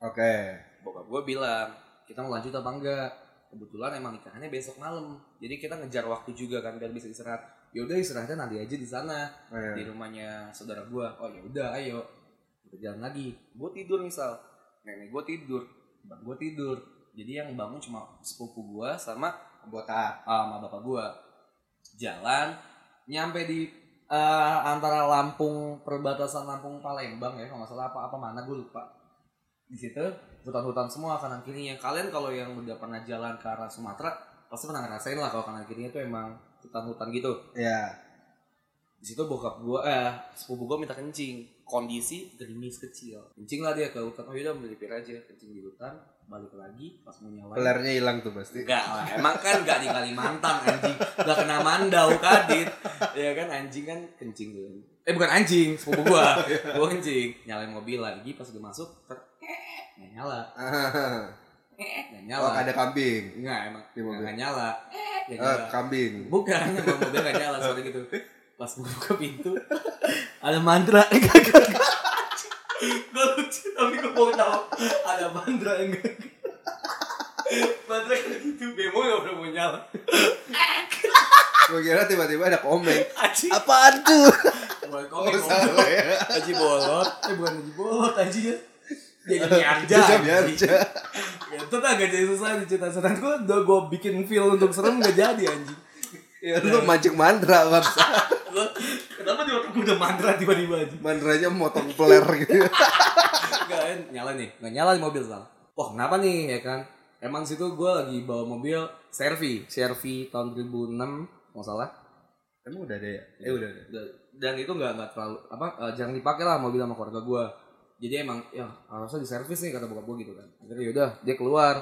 Speaker 2: Oke.
Speaker 3: Bokap gue bilang kita mau lanjut apa enggak? Kebetulan emang nikahannya besok malam, jadi kita ngejar waktu juga kan biar bisa istirahat. Ya udah istirahatnya nanti aja di sana
Speaker 2: Oh, iya.
Speaker 3: di rumahnya saudara gue. Oh ya udah, ayo kita jalan lagi. Gue tidur misal, nenek gue tidur, bang gue tidur. Jadi yang bangun cuma sepupu gue sama eh,
Speaker 2: Botak.
Speaker 3: sama bapak gua jalan nyampe di eh, antara Lampung perbatasan Lampung Palembang ya kalau nggak salah apa apa mana gue lupa di situ hutan-hutan semua kanan kirinya kalian kalau yang udah pernah jalan ke arah Sumatera pasti pernah ngerasain lah kalau kanan kirinya itu emang hutan-hutan gitu
Speaker 2: Iya.
Speaker 3: di situ bokap gua eh sepupu gua minta kencing kondisi gerimis kecil kencing lah dia ke hutan oh yaudah beli pir aja kencing di hutan balik lagi pas mau nyalain
Speaker 2: Pelernya hilang tuh pasti.
Speaker 3: Enggak lah, emang kan enggak di Kalimantan anjing. Enggak kena mandau kadit. Ya kan anjing kan kencing dulu. Eh bukan anjing, sepupu gua. Gua kencing, nyalain mobil lagi pas udah masuk ter eh, nggak nyala. Nggak nyala.
Speaker 2: Oh, ada kambing
Speaker 3: Enggak emang
Speaker 2: di mobil.
Speaker 3: nggak nyala. Nggak
Speaker 2: Eh,
Speaker 3: nyala.
Speaker 2: kambing.
Speaker 3: Bukan, emang mobil nggak nyala soalnya gitu. Pas gua buka pintu ada mantra. Gue lucu tapi gue mau tahu ada mantra enggak. Mantra kayak gitu demo nggak pernah mau nyala.
Speaker 2: Gue kira tiba-tiba ada komeng.
Speaker 3: Aji,
Speaker 2: Apaan tuh?
Speaker 3: bukan
Speaker 2: Oh,
Speaker 3: komik, komik.
Speaker 2: salah ya.
Speaker 3: Aji bolot, eh bukan Aji bolot, Aji ya. Jadi Ya,
Speaker 2: Bisa
Speaker 3: biarja.
Speaker 2: biarja.
Speaker 3: Itu tak gak jadi susah di cerita setan. Gue udah gue bikin feel untuk serem gak jadi anjing.
Speaker 2: Ya, lu mancing mantra bangsa.
Speaker 3: Gua- Kenapa di otak gue udah mantra tiba-tiba aja?
Speaker 2: Mandranya motong peler gitu.
Speaker 3: Enggak, kan, nyala nih. Nggak nyala di mobil, Sal. Wah, kenapa nih, ya kan? Emang situ gue lagi bawa mobil Servi. Servi tahun 2006, nggak salah.
Speaker 2: Emang udah ada ya? Eh udah ada.
Speaker 3: Da- Dan itu nggak nggak terlalu, apa, eh, jarang dipakai lah mobil sama keluarga gue. Jadi emang, ya harusnya di servis nih, kata bokap gue gitu kan. Akhirnya yaudah, dia keluar.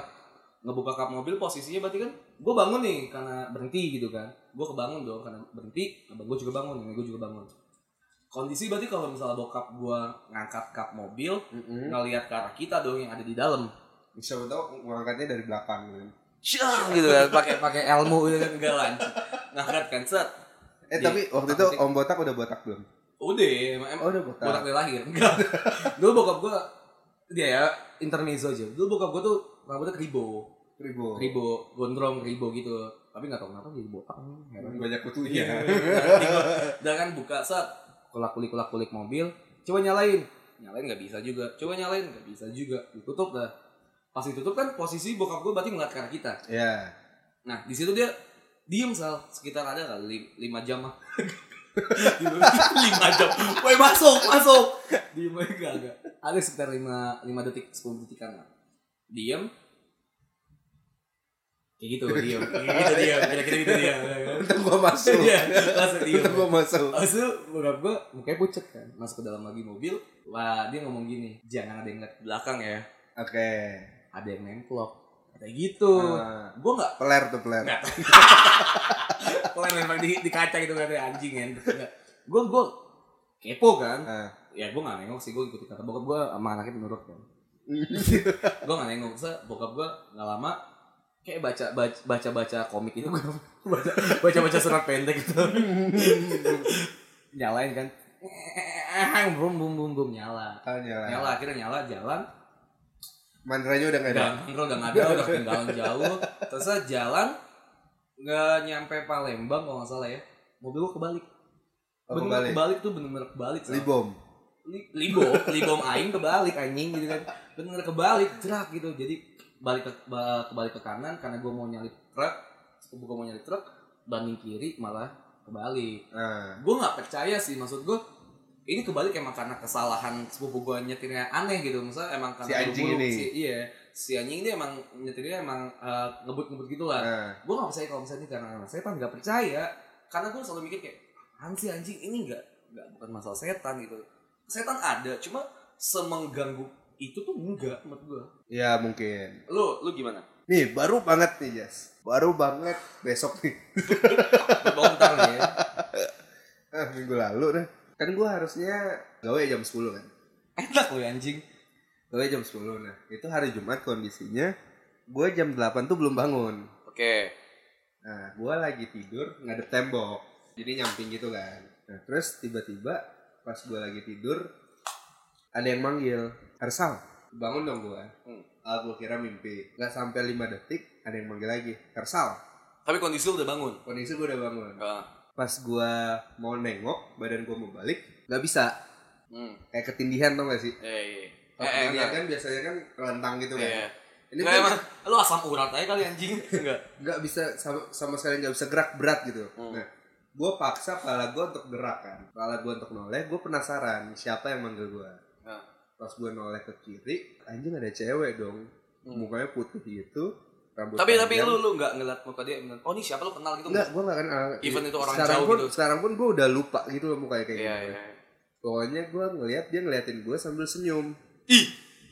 Speaker 3: Ngebuka kap mobil posisinya berarti kan gue bangun nih karena berhenti gitu kan. Gue kebangun dong karena berhenti, abang gue juga bangun, nenek gue juga bangun. Kondisi berarti kalau misalnya bokap gue ngangkat kap mobil,
Speaker 2: Mm-mm.
Speaker 3: ngelihat ke arah kita dong yang ada di dalam
Speaker 2: Siapa tahu ngangkatnya dari belakang gitu.
Speaker 4: Syah gitu kan pakai
Speaker 3: pakai ilmu gitu kan enggak lanjut ngangkat kan set
Speaker 2: Eh
Speaker 3: Di-
Speaker 2: tapi waktu itu
Speaker 3: takutnya-
Speaker 2: Om Botak udah botak belum?
Speaker 3: udah emang emang
Speaker 2: Oh udah
Speaker 3: botak dari lahir enggak dulu bokap gua dia ya intermezzo aja dulu bokap gua tuh rambutnya keribo
Speaker 2: Ribo.
Speaker 3: keribo gondrong keribo gitu tapi nggak tahu kenapa jadi botak Heran.
Speaker 2: Banyak kutunya.
Speaker 3: Iya. Dan kan buka set kulak kulik kulak kulik mobil. Coba nyalain. Nyalain nggak bisa juga. Coba nyalain nggak bisa juga. Ditutup dah. Pas ditutup kan posisi bokap gue berarti ngeliat ke arah kita.
Speaker 2: Ya.
Speaker 3: Nah di situ dia diem sal sekitar ada kali lim- lima jam lah. lima jam. Woi masuk masuk. Diem aja nggak nggak. Ada sekitar lima lima detik sepuluh detikan lah. Diem. Kayak gitu diem. Kayak gitu diem. Kira-kira gitu diem.
Speaker 2: Untung gua masuk.
Speaker 3: Iya, langsung diem.
Speaker 2: Untung gua masuk.
Speaker 3: Abis itu bokap gue mukanya pucet kan Masuk ke dalam lagi mobil Wah dia ngomong gini Jangan ada yang ngeliat ke belakang ya
Speaker 2: Oke.
Speaker 3: Ada yang nemplok Kayak gitu
Speaker 2: Ah,
Speaker 3: Gue gak
Speaker 2: Peler tuh peler.
Speaker 3: Nggak. Kalau memang di, di kaca gitu kan ya, anjing kan Gue gue kepo kan
Speaker 2: Ah.
Speaker 3: Ya gue gak nengok sih Gue ikutin kata bokap gue sama anaknya menurut kan Gue gak nengok se Bokap gue gak lama Kayak baca baca baca, baca komik itu gue baca, baca baca surat pendek gitu nyalain kan bum bum bum bum nyala
Speaker 2: Ah, nyala.
Speaker 3: nyala akhirnya nyala jalan
Speaker 2: Mandranya udah nggak ada.
Speaker 3: dan kontrol udah nggak ada udah ketinggalan jauh terus saya jalan nggak nyampe Palembang kalau nggak salah ya mobil gua kebalik
Speaker 2: Oh,
Speaker 3: bener
Speaker 2: kebalik.
Speaker 3: kebalik. tuh bener-bener kebalik Sal.
Speaker 2: Libom.
Speaker 3: Li- libo libom aing kebalik anjing gitu kan bener kebalik jerak gitu jadi balik ke ba- kebalik ke kanan karena gua mau nyalip truk gua mau nyalip truk banding kiri malah kebalik
Speaker 2: Ah.
Speaker 3: gue nggak percaya sih maksud gue ini kebalik emang karena kesalahan sepupu gue nyetirnya aneh gitu misalnya emang karena
Speaker 2: Si anjing
Speaker 3: buru-buru,
Speaker 2: ini.
Speaker 3: si, iya si anjing ini emang nyetirnya emang eh, ngebut-ngebut gitu lah
Speaker 2: Ah.
Speaker 3: gue nggak percaya kalau misalnya ini karena anak setan nggak percaya karena gue selalu mikir kayak apaan sih anjing ini nggak nggak bukan masalah setan gitu setan ada cuma semengganggu itu tuh enggak menurut gue
Speaker 2: Ya mungkin.
Speaker 3: lo lo gimana
Speaker 2: Nih baru banget nih Jas. Baru banget besok nih.
Speaker 3: bontar ya
Speaker 2: Ah, minggu lalu deh. Kan gua harusnya gawe jam 10 kan.
Speaker 3: enak lo ya, anjing
Speaker 2: Gawe jam 10 nah. Itu hari Jumat kondisinya gua jam 8 tuh belum bangun.
Speaker 4: Oke.
Speaker 2: Nah, gua lagi tidur ngadep tembok. Jadi nyamping gitu kan. Nah, terus tiba-tiba pas gua lagi tidur ada yang manggil, "Hersal." Bangun dong gua.
Speaker 4: Hmm.
Speaker 2: Ah, gua kira mimpi. Gak sampai 5 detik ada yang manggil lagi, "Hersal."
Speaker 4: Tapi kondisi lu udah bangun.
Speaker 2: Kondisi gua udah bangun.
Speaker 4: Ah.
Speaker 2: Pas gua mau nengok, badan gua mau balik, nggak bisa.
Speaker 4: Hmm.
Speaker 2: Kayak ketindihan tau gak sih?
Speaker 4: Iya, iya.
Speaker 2: Kalau
Speaker 4: Eh,
Speaker 2: ketindihan
Speaker 4: enggak.
Speaker 2: kan biasanya kan kelentang gitu kan.
Speaker 4: Iya.
Speaker 2: Ini
Speaker 4: Nggak,
Speaker 2: tuh
Speaker 4: emang lu asam urat aja kali anjing. Enggak.
Speaker 2: nggak bisa sama, sama sekali nggak bisa gerak berat gitu.
Speaker 4: Hmm.
Speaker 2: Nah, gue paksa kepala gue untuk gerak kan, kepala gue untuk noleh, gue penasaran siapa yang manggil gue.
Speaker 4: Nah.
Speaker 2: Pas gue noleh ke kiri, anjing ada cewek dong,
Speaker 4: Hmm.
Speaker 2: mukanya putih gitu, rambut
Speaker 4: Tapi tapi lu lu enggak ngeliat muka dia bener. Oh, ini siapa lu kenal gitu?
Speaker 2: Enggak, gue gak kan
Speaker 4: Even itu orang
Speaker 2: sekarang
Speaker 4: jauh
Speaker 2: pun,
Speaker 4: gitu.
Speaker 2: Sekarang pun gue udah lupa gitu loh mukanya kayak
Speaker 4: Iya,
Speaker 2: gitu.
Speaker 4: iya.
Speaker 2: Pokoknya gue ngeliat dia ngeliatin gue sambil senyum.
Speaker 4: Ih,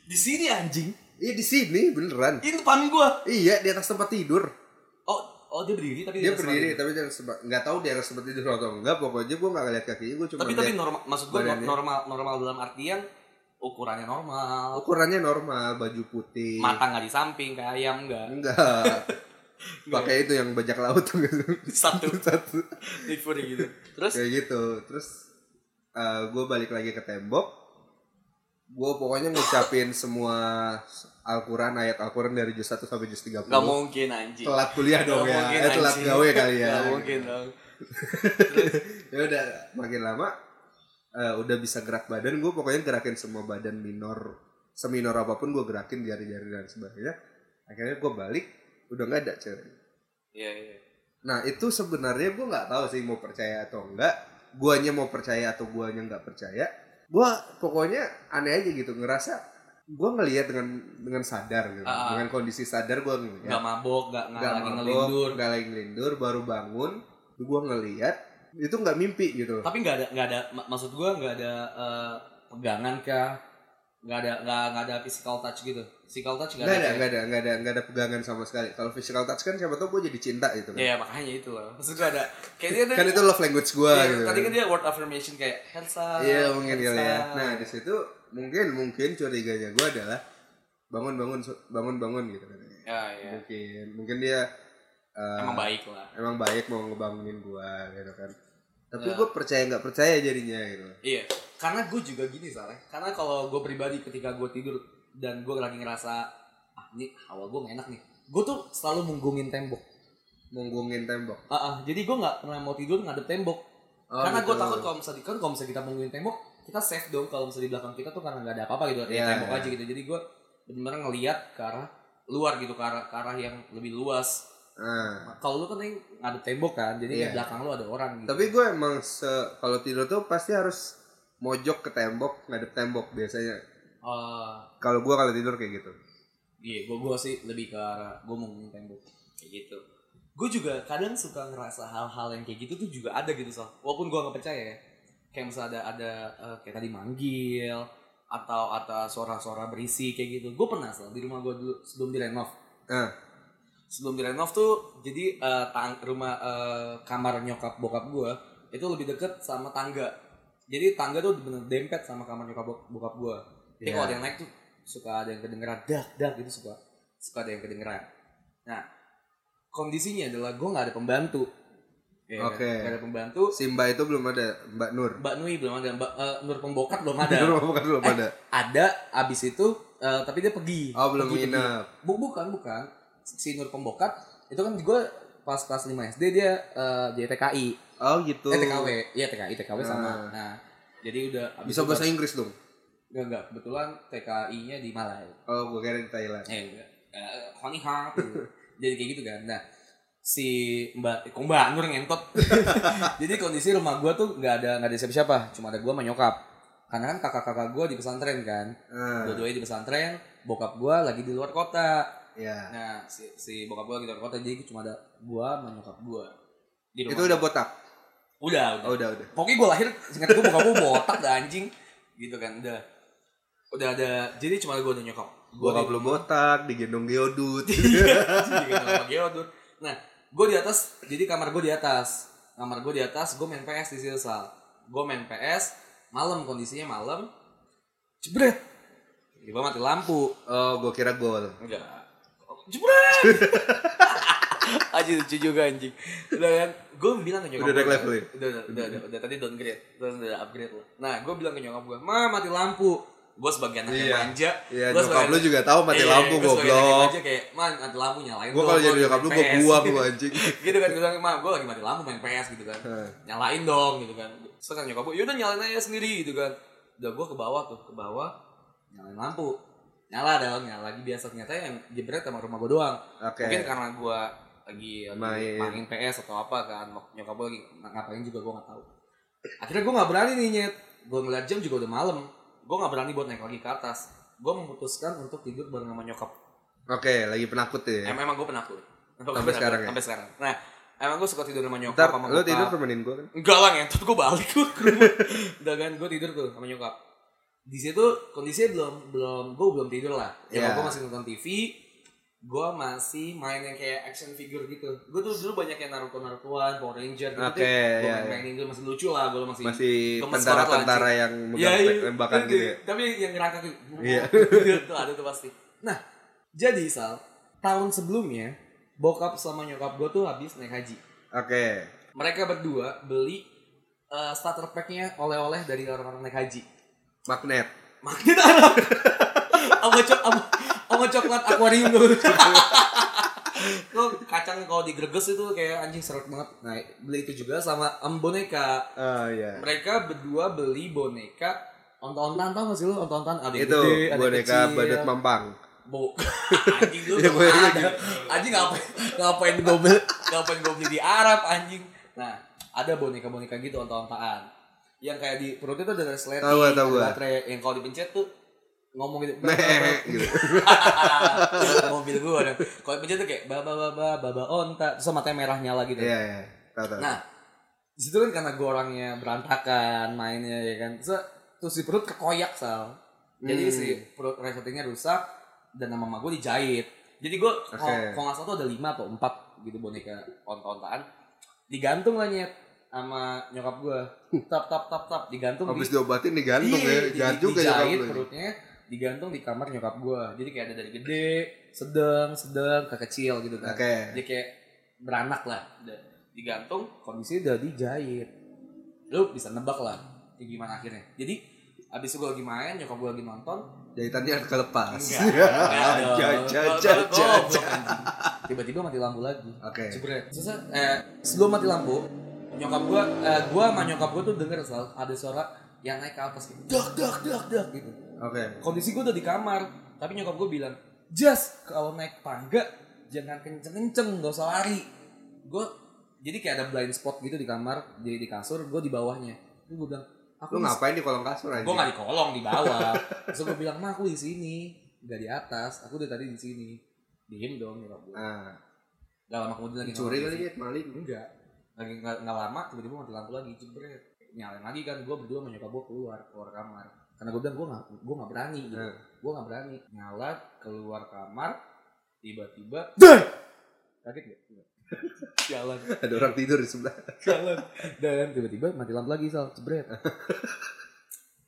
Speaker 4: di sini anjing.
Speaker 2: Iya di sini beneran.
Speaker 4: Ini depan gua.
Speaker 2: Iya di atas tempat tidur.
Speaker 4: Oh, oh dia berdiri tapi
Speaker 2: Dia
Speaker 4: atas
Speaker 2: berdiri
Speaker 4: lagi.
Speaker 2: tapi dia sempat nggak tahu dia atas tempat tidur atau enggak. Pokoknya gue nggak ngeliat kakinya, gue cuma
Speaker 4: Tapi tapi normal maksud gua
Speaker 2: badannya.
Speaker 4: normal normal dalam artian ukurannya normal.
Speaker 2: ukurannya normal baju putih
Speaker 4: Mata nggak di samping kayak ayam enggak.
Speaker 2: enggak pakai itu yang bajak laut tuh gitu.
Speaker 4: Satu
Speaker 2: satu
Speaker 4: delivery gitu. Terus
Speaker 2: kayak gitu terus gue balik lagi ke tembok gue pokoknya ngucapin semua Al-Quran ayat Al-Quran dari juz 1 sampai juz 30
Speaker 4: nggak mungkin anjing.
Speaker 2: telat kuliah
Speaker 4: Nggak
Speaker 2: dong ya
Speaker 4: mungkin,
Speaker 2: eh, telat
Speaker 4: anjing.
Speaker 2: gawe kali ya
Speaker 4: Nggak mungkin dong.
Speaker 2: ya udah makin lama eh, udah bisa gerak badan gue pokoknya gerakin semua badan minor seminor apapun gue gerakin jari-jari dan sebagainya akhirnya gue balik udah nggak ada cewek
Speaker 4: Iya, iya.
Speaker 2: Nah itu sebenarnya gue nggak tahu sih mau percaya atau enggak. Guanya mau percaya atau guanya nggak percaya. Gue pokoknya aneh aja gitu ngerasa gue ngelihat dengan dengan sadar gitu.
Speaker 3: Ah, ah.
Speaker 2: Dengan kondisi sadar gue ngelihat.
Speaker 3: Gak mabok, gak, gak,
Speaker 2: Nggak
Speaker 3: lagi
Speaker 2: mabok,
Speaker 3: ngelindur.
Speaker 2: nggak lagi ngelindur, baru bangun. Gue ngelihat itu nggak mimpi gitu.
Speaker 3: Tapi gak ada, gak ada, mak- maksud gue gak ada eh, pegangan kah? Gak ada, gak, gak ada physical touch gitu. Physical touch gak,
Speaker 2: Nggak ada,
Speaker 3: ada. ya? kayak-
Speaker 2: nggak ada, nggak ada, nggak ada pegangan sama sekali. Kalau physical touch kan siapa tau gue jadi cinta gitu kan.
Speaker 3: Iya makanya itu loh. Maksud gue ada, kayaknya ada.
Speaker 2: Kan itu love language gue
Speaker 3: Iya,
Speaker 2: gitu.
Speaker 3: tadi
Speaker 2: kan.
Speaker 3: kan dia word affirmation kayak hands up.
Speaker 2: Iya mungkin
Speaker 3: hands
Speaker 2: kali ya.
Speaker 3: up.
Speaker 2: Nah di situ mungkin mungkin curiganya gue adalah bangun bangun so- bangun bangun gitu kan.
Speaker 3: Ya, iya.
Speaker 2: Mungkin mungkin dia uh,
Speaker 3: Emang baik lah.
Speaker 2: emang baik mau ngebangunin gue gitu kan. Tapi
Speaker 3: Ya.
Speaker 2: gue percaya nggak percaya jadinya gitu.
Speaker 3: Iya, karena gue juga gini soalnya. Karena kalau gue pribadi ketika gue tidur dan gue lagi ngerasa ah ini hawa gue gak enak nih, gue tuh selalu munggungin tembok.
Speaker 2: Munggungin tembok.
Speaker 3: Ah, ah, jadi gue nggak pernah mau tidur ngadep tembok.
Speaker 2: Oh,
Speaker 3: karena gue
Speaker 2: gitu.
Speaker 3: takut kalau misalnya kan kalau misalnya kita munggungin tembok, kita safe dong kalau misalnya di belakang kita tuh karena nggak ada apa-apa gitu, ya
Speaker 2: Iya,
Speaker 3: tembok
Speaker 2: iya.
Speaker 3: aja gitu. Jadi gue benar-benar ngelihat ke arah luar gitu, ke arah, ke arah yang lebih luas.
Speaker 2: Ah.
Speaker 3: Kalau lu kan yang ngadep tembok kan, jadi
Speaker 2: Iya.
Speaker 3: di belakang lu ada orang gitu.
Speaker 2: Tapi gue emang se- kalau tidur tuh pasti harus mojok ke tembok ngadep tembok biasanya.
Speaker 3: Eh,
Speaker 2: Kalau gue kalau tidur kayak gitu.
Speaker 3: Iya, gue gue sih lebih ke arah gue mau ngomongin tembok kayak gitu. Gue juga kadang suka ngerasa hal-hal yang kayak gitu tuh juga ada gitu soal. Walaupun gue nggak percaya ya. Kayak misalnya ada ada eh, kayak tadi manggil atau atau suara-suara berisi kayak gitu. Gue pernah soal di rumah gue dulu sebelum direnov.
Speaker 2: Ah.
Speaker 3: Sebelum direnov tuh jadi eh, tang rumah eh, kamar nyokap bokap gue itu lebih deket sama tangga. Jadi tangga tuh bener dempet sama kamar nyokap bok- bokap gue. Jadi
Speaker 2: Iya.
Speaker 3: kalau ada yang naik tuh suka ada yang kedengeran dak dak gitu suka suka ada yang kedengeran. Nah kondisinya adalah gue nggak ada pembantu. Ya kan?
Speaker 2: Oke.
Speaker 3: Nggak ada pembantu.
Speaker 2: Simba itu belum ada Mbak Nur.
Speaker 3: Mbak Nui belum ada, Mbak eh, Nur Pembokat belum ada. Eh,
Speaker 2: Nur bukan belum ada.
Speaker 3: ada abis itu eh, tapi dia pergi.
Speaker 2: Oh belum
Speaker 3: Pergi, pergi.
Speaker 2: nginep.
Speaker 3: Bu- bukan bukan si Nur Pembokat itu kan gue pas kelas 5 SD dia eh, jadi TKI.
Speaker 2: Oh gitu.
Speaker 3: Eh TKW, iya TKI, TKW sama.
Speaker 2: Nah.
Speaker 3: Nah, jadi udah abis
Speaker 2: Bisa
Speaker 3: itu-
Speaker 2: bahasa Inggris dong.
Speaker 3: Enggak, enggak. Kebetulan TKI-nya di Malaya.
Speaker 2: Oh gue kira di Thailand.
Speaker 3: Eh, enggak. Eh, Konihang. Jadi kayak gitu kan. Nah, si Mbak eh, kok Mbak Nur ngentot. Jadi kondisi rumah gua tuh nggak ada nggak ada siapa-siapa, cuma ada gua sama nyokap. Karena kan kakak-kakak gua di pesantren kan.
Speaker 2: Ah,
Speaker 3: Dua-duanya di pesantren, bokap gua lagi di luar kota.
Speaker 2: ya.
Speaker 3: Nah, si, si bokap gua lagi di luar kota, jadi cuma ada gua sama nyokap gua. Di rumah.
Speaker 2: Itu udah botak.
Speaker 3: udah, udah.
Speaker 2: Oh udah udah.
Speaker 3: pokoknya gue lahir singkat gue bokap gue botak dah anjing gitu kan udah udah ada jadi cuma gue dan nyokap
Speaker 2: Gue gak belum botak, digendong geodut.
Speaker 3: Iya. tuh nah gue di atas jadi kamar gue di atas kamar gue di atas gue main PS di situ sal gue main PS malam kondisinya malam jebret tiba mati lampu
Speaker 2: oh gue kira gol.
Speaker 3: enggak jebret aja lucu juga anjing udah kan gue bilang ke nyokap
Speaker 2: Udah naik
Speaker 3: gua,
Speaker 2: level ya?
Speaker 3: udah udah udah, udah, udah tadi downgrade terus udah upgrade lah nah gue bilang ke nyokap gue ma mati lampu gue sebagai anak
Speaker 2: Iya.
Speaker 3: yang manja
Speaker 2: Iya
Speaker 3: Gua
Speaker 2: nyokap
Speaker 3: sebagai-
Speaker 2: lu juga tahu mati
Speaker 3: Iya,
Speaker 2: lampu
Speaker 3: gua sebagai anak yang
Speaker 2: goblok.
Speaker 3: manja kayak ma mati lampu nyalain
Speaker 2: Gue
Speaker 3: dong,
Speaker 2: kalau
Speaker 3: gua
Speaker 2: jadi
Speaker 3: lagi
Speaker 2: nyokap lu
Speaker 3: main
Speaker 2: gue
Speaker 3: PS."
Speaker 2: buang lu anjing.
Speaker 3: gitu kan gue bilang ma gue lagi mati lampu main PS gitu kan
Speaker 2: Hah.
Speaker 3: nyalain dong gitu kan terus kan nyokap gue yaudah nyalain aja sendiri gitu kan udah gue ke bawah tuh ke bawah nyalain lampu nyala dong nyala lagi biasa ternyata yang jebret sama rumah gue doang
Speaker 2: Oke.
Speaker 3: mungkin karena gue lagi, lagi
Speaker 2: Main.
Speaker 3: main. PS atau apa kan nyokap gue lagi ngapain juga gue nggak tahu akhirnya gue nggak berani nih nyet gue ngeliat jam juga udah malam gue nggak berani buat naik lagi ke atas gue memutuskan untuk tidur bareng sama nyokap
Speaker 2: Oke lagi penakut ya.
Speaker 3: emang emang gue penakut Emang gua
Speaker 2: Sampai
Speaker 3: penakut,
Speaker 2: sekarang ya?
Speaker 3: sampai sekarang nah emang gue suka tidur sama nyokap
Speaker 2: Ntar
Speaker 3: sama
Speaker 2: lu
Speaker 3: bokap.
Speaker 2: tidur temenin gue kan.
Speaker 3: Enggak lah ngentot gue balik gue ke rumah. Udah kan gue tidur tuh sama nyokap. Di situ kondisinya belum belum gue belum tidur lah. Ya
Speaker 2: Iya.
Speaker 3: gue masih nonton TV. Gue masih main yang kayak action figure gitu. Gue tuh dulu banyak yang Naruto Narutoan, Power Ranger gitu.
Speaker 2: Oke,
Speaker 3: gue
Speaker 2: iya,
Speaker 3: main-mainin dulu masih lucu lah, gue masih
Speaker 2: Masih
Speaker 3: gemes banget lah,
Speaker 2: tentara-tentara yang megang tembakan gitu ya.
Speaker 3: Iya, Tapi yang ngerangkak gitu.
Speaker 2: Iya.
Speaker 3: itu ada tuh pasti. Nah, jadi Sal, tahun sebelumnya bokap sama nyokap gue tuh habis naik haji
Speaker 2: Oke.
Speaker 3: mereka berdua beli eh, starter packnya oleh-oleh dari orang-orang naik haji
Speaker 2: Magnet.
Speaker 3: magnet Arab sama cok- sama- sama coklat akuarium dulu Tuh, kacang kalau digreges itu kayak anjing seret banget nah beli itu juga sama em, boneka
Speaker 2: Oh iya.
Speaker 3: mereka berdua beli boneka onton-ontan tau gak sih lu onton-ontan ada yang
Speaker 2: Itu
Speaker 3: gede, ada yang
Speaker 2: boneka
Speaker 3: kecil. ya.
Speaker 2: badut mampang.
Speaker 3: Bo- anjing lu
Speaker 2: Ya, gue
Speaker 3: ada. anjing ngapain ngapain di mobil Ngapain gue beli di Arab anjing? Nah, ada boneka-boneka gitu onta-ontaan. Yang kayak di perut itu ada resleting,
Speaker 2: Tahu gua, tahu
Speaker 3: ada
Speaker 2: gua.
Speaker 3: baterai yang kalau dipencet tuh ngomong gitu.
Speaker 2: Meh, gitu.
Speaker 3: Mobil gue ada. Kalau dipencet tuh kayak baba baba baba onta, terus sama matanya merah nyala gitu.
Speaker 2: Iya, iya. Tahu tahu.
Speaker 3: Nah, di situ kan karena gue orangnya berantakan mainnya ya kan. Terus, terus di perut kekoyak sal. Jadi
Speaker 2: Hmm.
Speaker 3: si perut resletingnya rusak dan nama mama gue dijahit. Jadi gue kalau
Speaker 2: Oke.
Speaker 3: kalau nggak salah tuh ada lima atau empat gitu boneka onta-ontaan digantung lah nyet sama nyokap gue tap tap tap tap digantung
Speaker 2: Habis
Speaker 3: di
Speaker 2: diobatin digantung ya.
Speaker 3: Iya,
Speaker 2: Jahat
Speaker 3: di-
Speaker 2: juga ya
Speaker 3: dijahit
Speaker 2: kamu.
Speaker 3: perutnya digantung di kamar nyokap gue jadi kayak ada dari gede sedang sedang ke kecil gitu kan
Speaker 2: Oke.
Speaker 3: dia kayak beranak lah udah Iya. digantung kondisi udah dijahit lu bisa nebak lah kayak gimana akhirnya jadi abis itu gue lagi main nyokap gue lagi nonton
Speaker 2: Jahitannya harus kelepas.
Speaker 3: Enggak,
Speaker 2: Ah,
Speaker 3: enggak dong.
Speaker 2: Jahat, jahat,
Speaker 3: Gua-
Speaker 2: jahat,
Speaker 3: gua
Speaker 2: jahat.
Speaker 3: goblok, anjing. tiba-tiba mati lampu lagi
Speaker 2: Oke.
Speaker 3: Jebret. Terus, eh, sebelum mati lampu nyokap gue eh, gue sama nyokap gue tuh denger Sal, ada suara yang naik ke atas gitu dak dak dak dak gitu
Speaker 2: Oke.
Speaker 3: kondisi gue udah di kamar tapi nyokap gue bilang Jas kalau naik tangga jangan kenceng kenceng gak usah lari gue jadi kayak ada blind spot gitu di kamar di, di kasur gue di bawahnya Terus gue bilang aku
Speaker 2: Lu ngapain di kolong kasur Nah, aja?
Speaker 3: gue nggak di kolong di bawah terus gue bilang mah aku di sini nggak di atas aku udah tadi di sini diem dong nyokap gue
Speaker 2: Ah,
Speaker 3: gak lama kemudian lagi
Speaker 2: dicuri
Speaker 3: nyokap
Speaker 2: kali
Speaker 3: gue-
Speaker 2: ya, maling.
Speaker 3: enggak lagi nggak nggak lama tiba-tiba mati lampu lagi jebret nyalain lagi kan gue berdua sama nyokap gue keluar keluar kamar karena gue bilang gue nggak gue nggak berani gitu
Speaker 2: Hmm.
Speaker 3: gue nggak berani nyala keluar kamar tiba-tiba dan kaget gak jalan
Speaker 2: Ada orang tidur di sebelah.
Speaker 3: jalan dan tiba-tiba mati lampu lagi sal jebret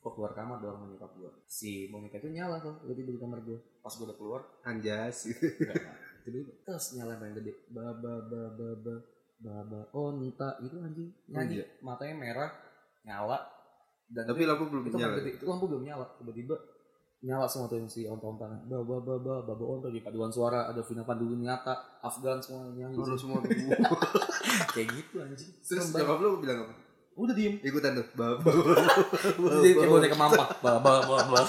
Speaker 3: gue keluar kamar doang sama nyokap gue si boneka itu nyala sal tiba di kamar gue pas gue udah keluar
Speaker 2: Anjas.
Speaker 3: Enggak, enggak. tiba-tiba terus nyala yang gede baba baba baba baba onta Oh, itu anjing nyanyi
Speaker 2: Iya.
Speaker 3: matanya merah nyala dan
Speaker 2: Tapi lampu belum
Speaker 3: Nah, itu
Speaker 2: nyala.
Speaker 3: nyala. itu lampu belum nyala tiba-tiba nyala semua tuh yang si onta onta baba baba baba onta di paduan suara ada Vina Panduwinata Afgan semua nyanyi
Speaker 2: Lu semua
Speaker 3: kayak gitu anjing
Speaker 2: Terus
Speaker 3: Serem banget.
Speaker 2: nyokap lu bilang apa?
Speaker 3: udah diem
Speaker 2: Ikutan tuh. Bapak.
Speaker 3: Jadi Iya, kayak boneka mampah. Bah, bah, bah, bah.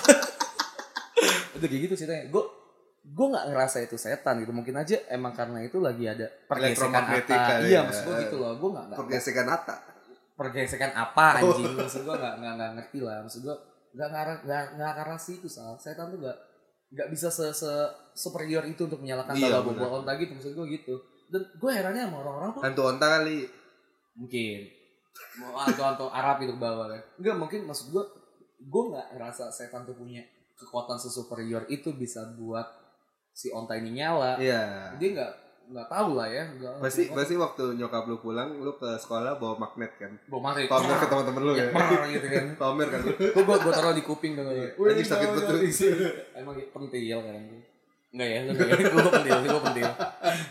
Speaker 3: Udah kayak gitu ceritanya. Gue gue nggak ngerasa itu setan gitu. Mungkin aja emang karena itu lagi ada pergesekan
Speaker 2: Elektromagnetik
Speaker 3: apa.
Speaker 2: kali
Speaker 3: Iya,
Speaker 2: ya.
Speaker 3: maksud gue gitu loh. Gue nggak nggak-
Speaker 2: Pergesekan Atta.
Speaker 3: pergesekan
Speaker 2: Oh.
Speaker 3: apa anjing. Maksud gue nggak nggak nggak ngerti lah. Maksud gue nggak ngarah nggak nggak ngarah sih itu soal setan tuh nggak nggak bisa se, se superior itu untuk menyalakan
Speaker 2: Iya,
Speaker 3: iya,
Speaker 2: benar.
Speaker 3: bobo onta gitu maksud gue gitu dan gue herannya sama orang-orang tuh
Speaker 2: Hantu onta kali.
Speaker 3: mungkin mau atau Arab itu ke bawah kan enggak mungkin maksud gua gua nggak ngerasa setan tuh punya kekuatan sesuperior itu bisa buat si onta ini nyala
Speaker 2: Iya.
Speaker 3: dia nggak nggak tahu lah ya nggak
Speaker 2: Pasti pasti waktu nyokap lu pulang lu ke sekolah bawa magnet kan.
Speaker 3: gue mati
Speaker 2: Pamer ke teman-teman lu ya.
Speaker 3: gitu kan
Speaker 2: Pamer kan lu.
Speaker 3: gua gua, gua taruh di kuping dong
Speaker 2: Wih, Iya. Anjing sakit
Speaker 3: jauh,
Speaker 2: perut.
Speaker 3: jauh. emang kayak pentil kan Enggak ya, enggak ya. Gue pentil, gue pentil.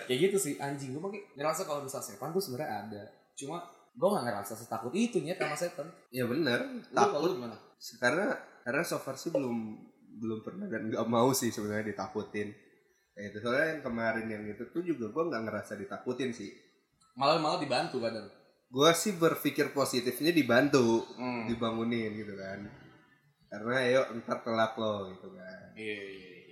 Speaker 3: Kayak gitu sih, anjing. Gue makin ngerasa kalau misal setan tuh sebenarnya ada. Cuma gue gak ngerasa setakut itu nyet sama setan.
Speaker 2: Ya benar.
Speaker 3: Lu
Speaker 2: Takut
Speaker 3: kalau lu gimana?
Speaker 2: karena karena so far sih belum belum pernah dan nggak mau sih sebenarnya ditakutin. Ya itu soalnya yang kemarin yang itu tuh juga gua nggak ngerasa ditakutin sih.
Speaker 3: malah malah dibantu kadang
Speaker 2: Gua sih berpikir positifnya dibantu,
Speaker 3: Hmm.
Speaker 2: dibangunin gitu kan. Karena yuk ntar telat lo gitu kan.
Speaker 3: iya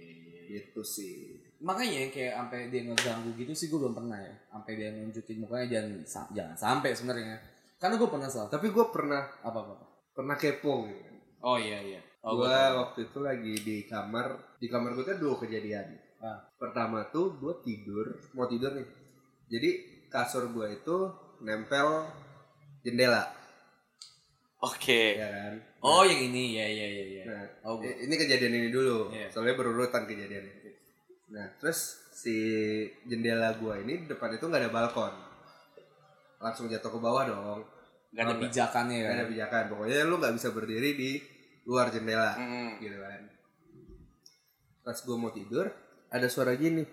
Speaker 2: Gitu sih.
Speaker 3: makanya yang kayak sampai dia ngeganggu gitu sih gue belum pernah ya sampai dia nunjukin mukanya jangan sa- jangan sampai sebenarnya karena gue pernah salah
Speaker 2: Tapi gua pernah
Speaker 3: apa apa
Speaker 2: pernah kepo gitu. kan.
Speaker 3: oh iya iya oh,
Speaker 2: gua
Speaker 3: gua-
Speaker 2: waktu itu lagi di kamar, di kamar gua kan dua kejadian.
Speaker 3: Ah.
Speaker 2: Pertama tuh gua tidur, mau tidur nih. Jadi kasur gua itu nempel jendela,
Speaker 5: Oke.
Speaker 2: ya kan.
Speaker 3: oh yang ini ya ya ya ya
Speaker 2: Nah,
Speaker 3: oh gua-
Speaker 2: i- ini kejadian ini dulu,
Speaker 3: Iya.
Speaker 2: soalnya berurutan kejadiannya. Nah, terus si jendela gua ini depan itu nggak ada balkon, langsung jatuh ke bawah dong.
Speaker 3: nggak ada
Speaker 2: Oh,
Speaker 3: pijakannya
Speaker 2: Nggak
Speaker 3: kan
Speaker 2: ada pijakan, pokoknya lu nggak bisa berdiri di luar jendela.
Speaker 3: Hmm.
Speaker 5: Mm-mm.
Speaker 2: gitu kan pas gue mau tidur ada suara gini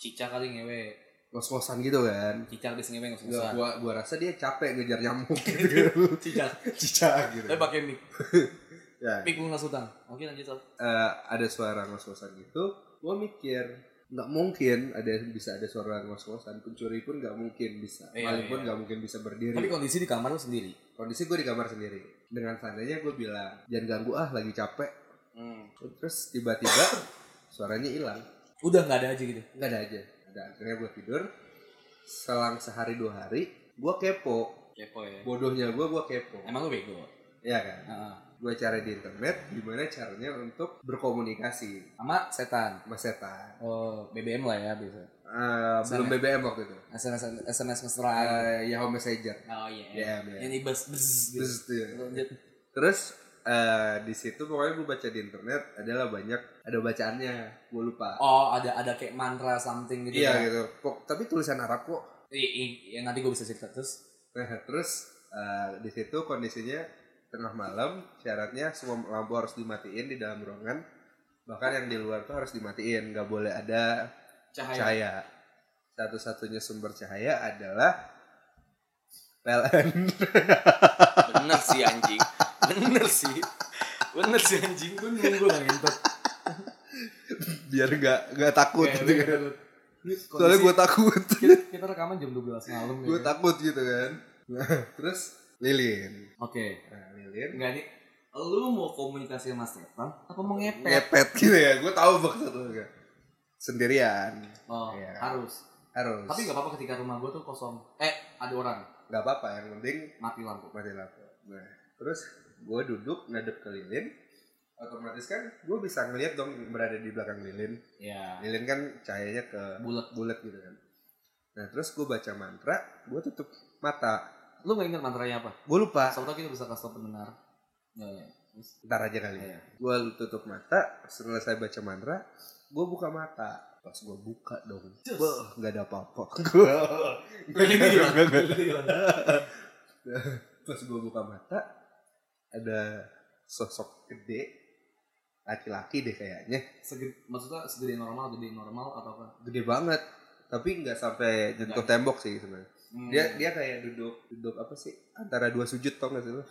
Speaker 3: cicak kali ngewe
Speaker 2: ngos-ngosan gitu kan
Speaker 3: cicak di sini
Speaker 2: Gua,
Speaker 3: nggak susah
Speaker 2: gua, gua rasa dia capek ngejar nyamuk gitu
Speaker 3: cicak
Speaker 2: cicak gitu
Speaker 3: Iya. tapi pakai mic
Speaker 2: ya
Speaker 3: mic lu nggak sutang oke lanjut Sal.
Speaker 2: eh, ada suara ngos-ngosan gitu gue mikir nggak mungkin ada bisa ada suara ngos-ngosan pencuri pun nggak mungkin bisa
Speaker 3: Iya,
Speaker 2: maling pun
Speaker 3: iya.
Speaker 2: nggak mungkin bisa berdiri
Speaker 3: tapi kondisi di kamar lu sendiri
Speaker 2: kondisi gue di kamar sendiri dengan santainya gue bilang jangan ganggu ah lagi capek
Speaker 3: Hmm.
Speaker 2: terus tiba-tiba suaranya hilang
Speaker 3: udah nggak ada aja gitu
Speaker 2: nggak ada aja Nggak dan akhirnya gue tidur selang sehari dua hari gue kepo
Speaker 3: kepo ya
Speaker 2: bodohnya gue gue kepo
Speaker 3: emang lu bego
Speaker 2: ya kan
Speaker 3: Heeh.
Speaker 2: gue cari di internet gimana caranya untuk berkomunikasi
Speaker 3: sama setan
Speaker 2: sama setan
Speaker 3: oh BBM lah ya bisa
Speaker 2: Eh, belum BBM waktu itu
Speaker 3: SMS SMS mesra
Speaker 2: Eh, Yahoo Messenger
Speaker 3: oh iya
Speaker 2: DM ya
Speaker 3: ini bus bus gitu.
Speaker 2: terus tuh.
Speaker 3: Lanjut.
Speaker 2: Terus, eh, di situ pokoknya gue baca di internet adalah banyak ada bacaannya gue lupa
Speaker 3: oh ada ada kayak mantra something gitu
Speaker 2: iya
Speaker 3: ya.
Speaker 2: gitu Kok- tapi tulisan Arab kok
Speaker 3: I- i- ya nanti gue bisa cerita terus
Speaker 2: Nah, terus eh, di situ kondisinya tengah malam, syaratnya semua lampu harus dimatiin di dalam ruangan. Bahkan yang di luar tuh harus dimatiin, nggak boleh ada
Speaker 3: cahaya
Speaker 2: cahaya. Satu-satunya sumber cahaya adalah PLN.
Speaker 6: bener sih anjing bener sih bener sih anjing
Speaker 3: gue nunggu lah ngentot
Speaker 2: Biar nggak nggak takut.
Speaker 3: Kayak
Speaker 2: gitu
Speaker 3: gue
Speaker 2: kan.
Speaker 3: takut. Ini
Speaker 2: Soalnya
Speaker 3: kondisi-
Speaker 2: gue takut,
Speaker 3: kita, kita rekaman jam 12 malam ya
Speaker 2: gue
Speaker 3: kan?
Speaker 2: takut gitu kan. Nah, terus lilin.
Speaker 3: oke
Speaker 2: Nah, lilin
Speaker 3: enggak nih lu mau komunikasi sama setan apa mau ngepet
Speaker 2: ngepet gitu ya. Gue tahu maksud lu nggak. Sendirian
Speaker 3: oh
Speaker 2: Iya.
Speaker 3: harus
Speaker 2: harus.
Speaker 3: tapi nggak apa-apa ketika rumah gue tuh kosong eh ada orang
Speaker 2: nggak apa-apa. Yang penting
Speaker 3: mati lampu
Speaker 2: mati lampu. Nah, terus gue duduk ngadep ke lilin, otomatis kan gue bisa ngeliat dong yang berada di belakang lilin.
Speaker 3: ya
Speaker 2: Lilin kan cahayanya ke
Speaker 3: Iya, bulat
Speaker 2: bulat gitu kan. Nah, terus gue baca mantra, gue tutup mata.
Speaker 3: lu nggak ingat mantranya apa
Speaker 2: Gue lupa.
Speaker 3: Soalnya kita bisa kasih tau pendengar. Ya, ya. Terus,
Speaker 2: Ntar aja kali. ya.
Speaker 3: Iya.
Speaker 2: Gue tutup mata, selesai baca mantra, gue buka mata. Pas gue buka dong,
Speaker 3: Cus.
Speaker 2: gue nggak ada apa-apa. Gue
Speaker 3: ya?
Speaker 2: Pas gue buka mata ada sosok gede laki-laki deh kayaknya
Speaker 3: Segede, maksudnya segede normal, gede normal atau apa?
Speaker 2: gede banget tapi nggak sampai nyentuh tembok sih sebenarnya
Speaker 3: Hmm.
Speaker 2: dia dia kayak duduk duduk apa sih antara dua sujud tau nggak sih lu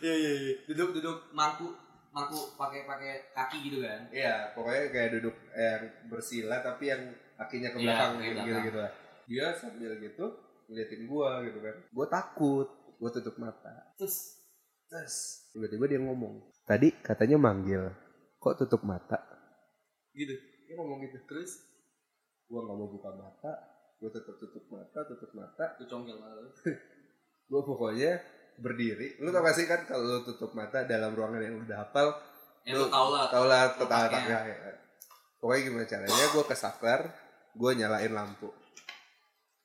Speaker 3: Iya, iya, iya. Duduk duduk mangku mangku pakai pakai kaki gitu kan?
Speaker 2: iya pokoknya kayak duduk yang bersila tapi yang kakinya ke
Speaker 3: Iya,
Speaker 2: belakang
Speaker 3: ke
Speaker 2: gitu,
Speaker 3: belakang.
Speaker 2: gitu lah dia sambil gitu ngeliatin gua gitu kan gua takut gua tutup mata
Speaker 3: Terus
Speaker 2: terus tiba-tiba dia ngomong tadi katanya manggil kok tutup mata
Speaker 3: gitu.
Speaker 2: dia ngomong gitu terus gua nggak mau buka mata gua tetap tutup mata tutup mata
Speaker 3: Lu congkel malah.
Speaker 2: gua pokoknya berdiri lu tau gak sih kan kalau lu tutup mata dalam ruangan yang udah hafal
Speaker 3: Ya lu tau lah.
Speaker 2: tau lah tetangga
Speaker 3: Otaknya.
Speaker 2: tetangga ya. pokoknya gimana caranya gua ke saklar gua nyalain lampu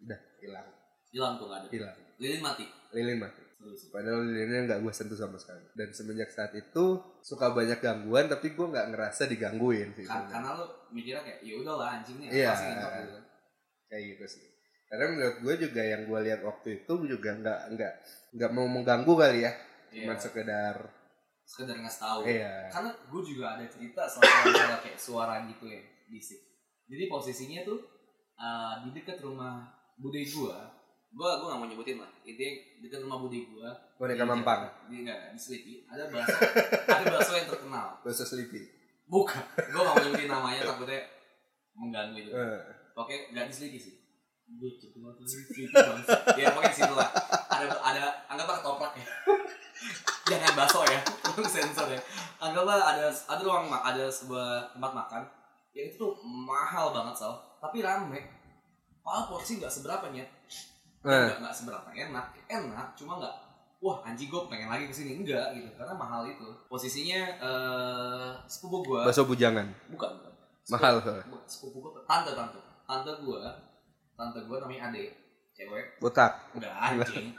Speaker 2: udah hilang
Speaker 3: Hilang tuh nggak ada.
Speaker 2: hilang
Speaker 3: Lilin mati.
Speaker 2: lilin mati
Speaker 3: Terus.
Speaker 2: padahal lilinnya nggak gua sentuh sama sekali dan semenjak saat itu suka banyak gangguan tapi gua nggak ngerasa digangguin sih
Speaker 3: Ka-
Speaker 2: sebenarnya.
Speaker 3: Karena lu mikirnya kayak ya udahlah anjingnya
Speaker 2: Iya.
Speaker 3: pasti ngentot gitu kan.
Speaker 2: kayak gitu sih karena menurut gue juga yang gue lihat waktu itu juga nggak nggak nggak mau mengganggu kali ya
Speaker 3: Iya.
Speaker 2: cuman sekedar
Speaker 3: Sekedar ngasih tahu.
Speaker 2: iya
Speaker 3: karena gue juga ada cerita soal masalah kayak suara gitu ya bisik jadi posisinya tuh eh, di dekat rumah bude gue gue gue gak mau nyebutin lah intinya dekat rumah bude gue Iya.
Speaker 2: boneka mampang
Speaker 3: di enggak di Sleepy ada bakso ada bakso yang terkenal
Speaker 2: bahasa sleepy
Speaker 3: bukan gue gak mau nyebutin namanya takutnya mengganggu itu
Speaker 2: Eh,
Speaker 3: oke gak di Sleepy sih Gua gitu banget, Sleepy banget. ya pokoknya di situ lah ada ada anggaplah ketoprak ya jangan baso ya tolong sensor ya anggaplah ada ada ruang ma- ada sebuah tempat makan yang itu tuh mahal banget sal tapi rame padahal porsi nggak seberapa nyet
Speaker 2: eh,
Speaker 3: nggak nggak seberapa enak enak cuma nggak wah anjing gue pengen lagi kesini enggak gitu karena mahal itu posisinya eh sepupu gue
Speaker 2: bakso bujangan
Speaker 3: bukan bukan.
Speaker 2: mahal soalnya.
Speaker 3: Sepupu- sepupu gue tante tante tante gue tante gue namanya Ade cewek
Speaker 2: botak
Speaker 3: Udah anjing.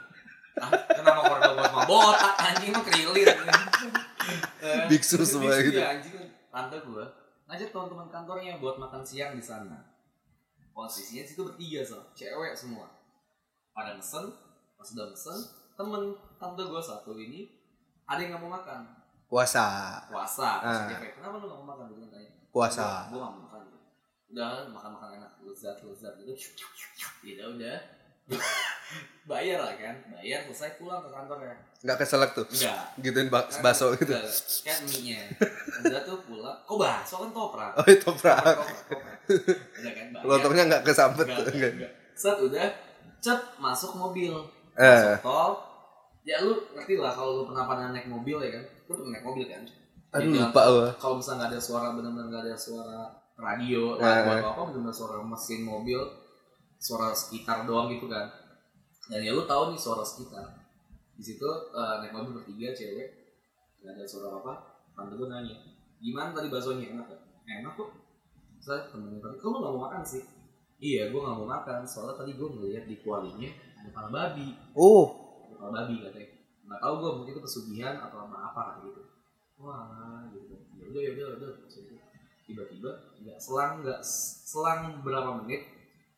Speaker 3: Ah, Kenapa keluarga gua sama botak anjing mah krilir. Eh,
Speaker 2: Biksu semua
Speaker 3: biksu
Speaker 2: gitu.
Speaker 3: ya, anjing tante gua ngajak teman-teman kantornya buat makan siang di sana. Posisinya situ bertiga so, cewek semua. Pada mesen, pas udah mesen, temen tante gua satu ini ada yang nggak mau makan
Speaker 2: puasa
Speaker 3: puasa terus
Speaker 2: Ah.
Speaker 3: dia kayak kenapa lu nggak mau makan gitu tanya
Speaker 2: Puasa.
Speaker 3: gue nggak mau makan udah makan makan enak lezat lezat gitu gitu udah bayar lah kan bayar selesai pulang ke kantor ya
Speaker 2: nggak keselak tuh
Speaker 3: enggak
Speaker 2: gituin bak- bakso gitu
Speaker 3: Enggak, kan mie nya udah tuh pulang kok bakso kan toprak
Speaker 2: oh itu prak
Speaker 3: Toprak, toprak. udah kan bayar
Speaker 2: lontongnya nggak kesambet
Speaker 3: Enggak,
Speaker 2: tuh
Speaker 3: enggak,
Speaker 2: enggak.
Speaker 3: enggak. set udah cet masuk mobil
Speaker 2: eh
Speaker 3: masuk tol ya lu ngerti lah kalau lu pernah pernah naik mobil ya kan lu pernah naik mobil kan
Speaker 2: aduh
Speaker 3: Di jalan
Speaker 2: lupa gua
Speaker 3: kalau misalnya nggak ada suara benar-benar nggak ada suara radio lagu atau apa benar suara mesin mobil suara sekitar doang gitu kan dan ya lu tahu nih suara sekitar di situ eh, naik mobil bertiga cewek nggak ada suara apa tante gue nanya gimana tadi baksonya enak gak? enak kok saya temenin tadi kamu nggak mau makan sih iya gue nggak mau makan soalnya tadi gue ngeliat di kualinya ada kepala babi
Speaker 7: Oh,
Speaker 3: kepala babi katanya nggak tahu gue mungkin itu pesugihan atau apa apa gitu wah gitu ya udah ya udah ya udah Maksudnya, tiba-tiba nggak selang nggak s- selang berapa menit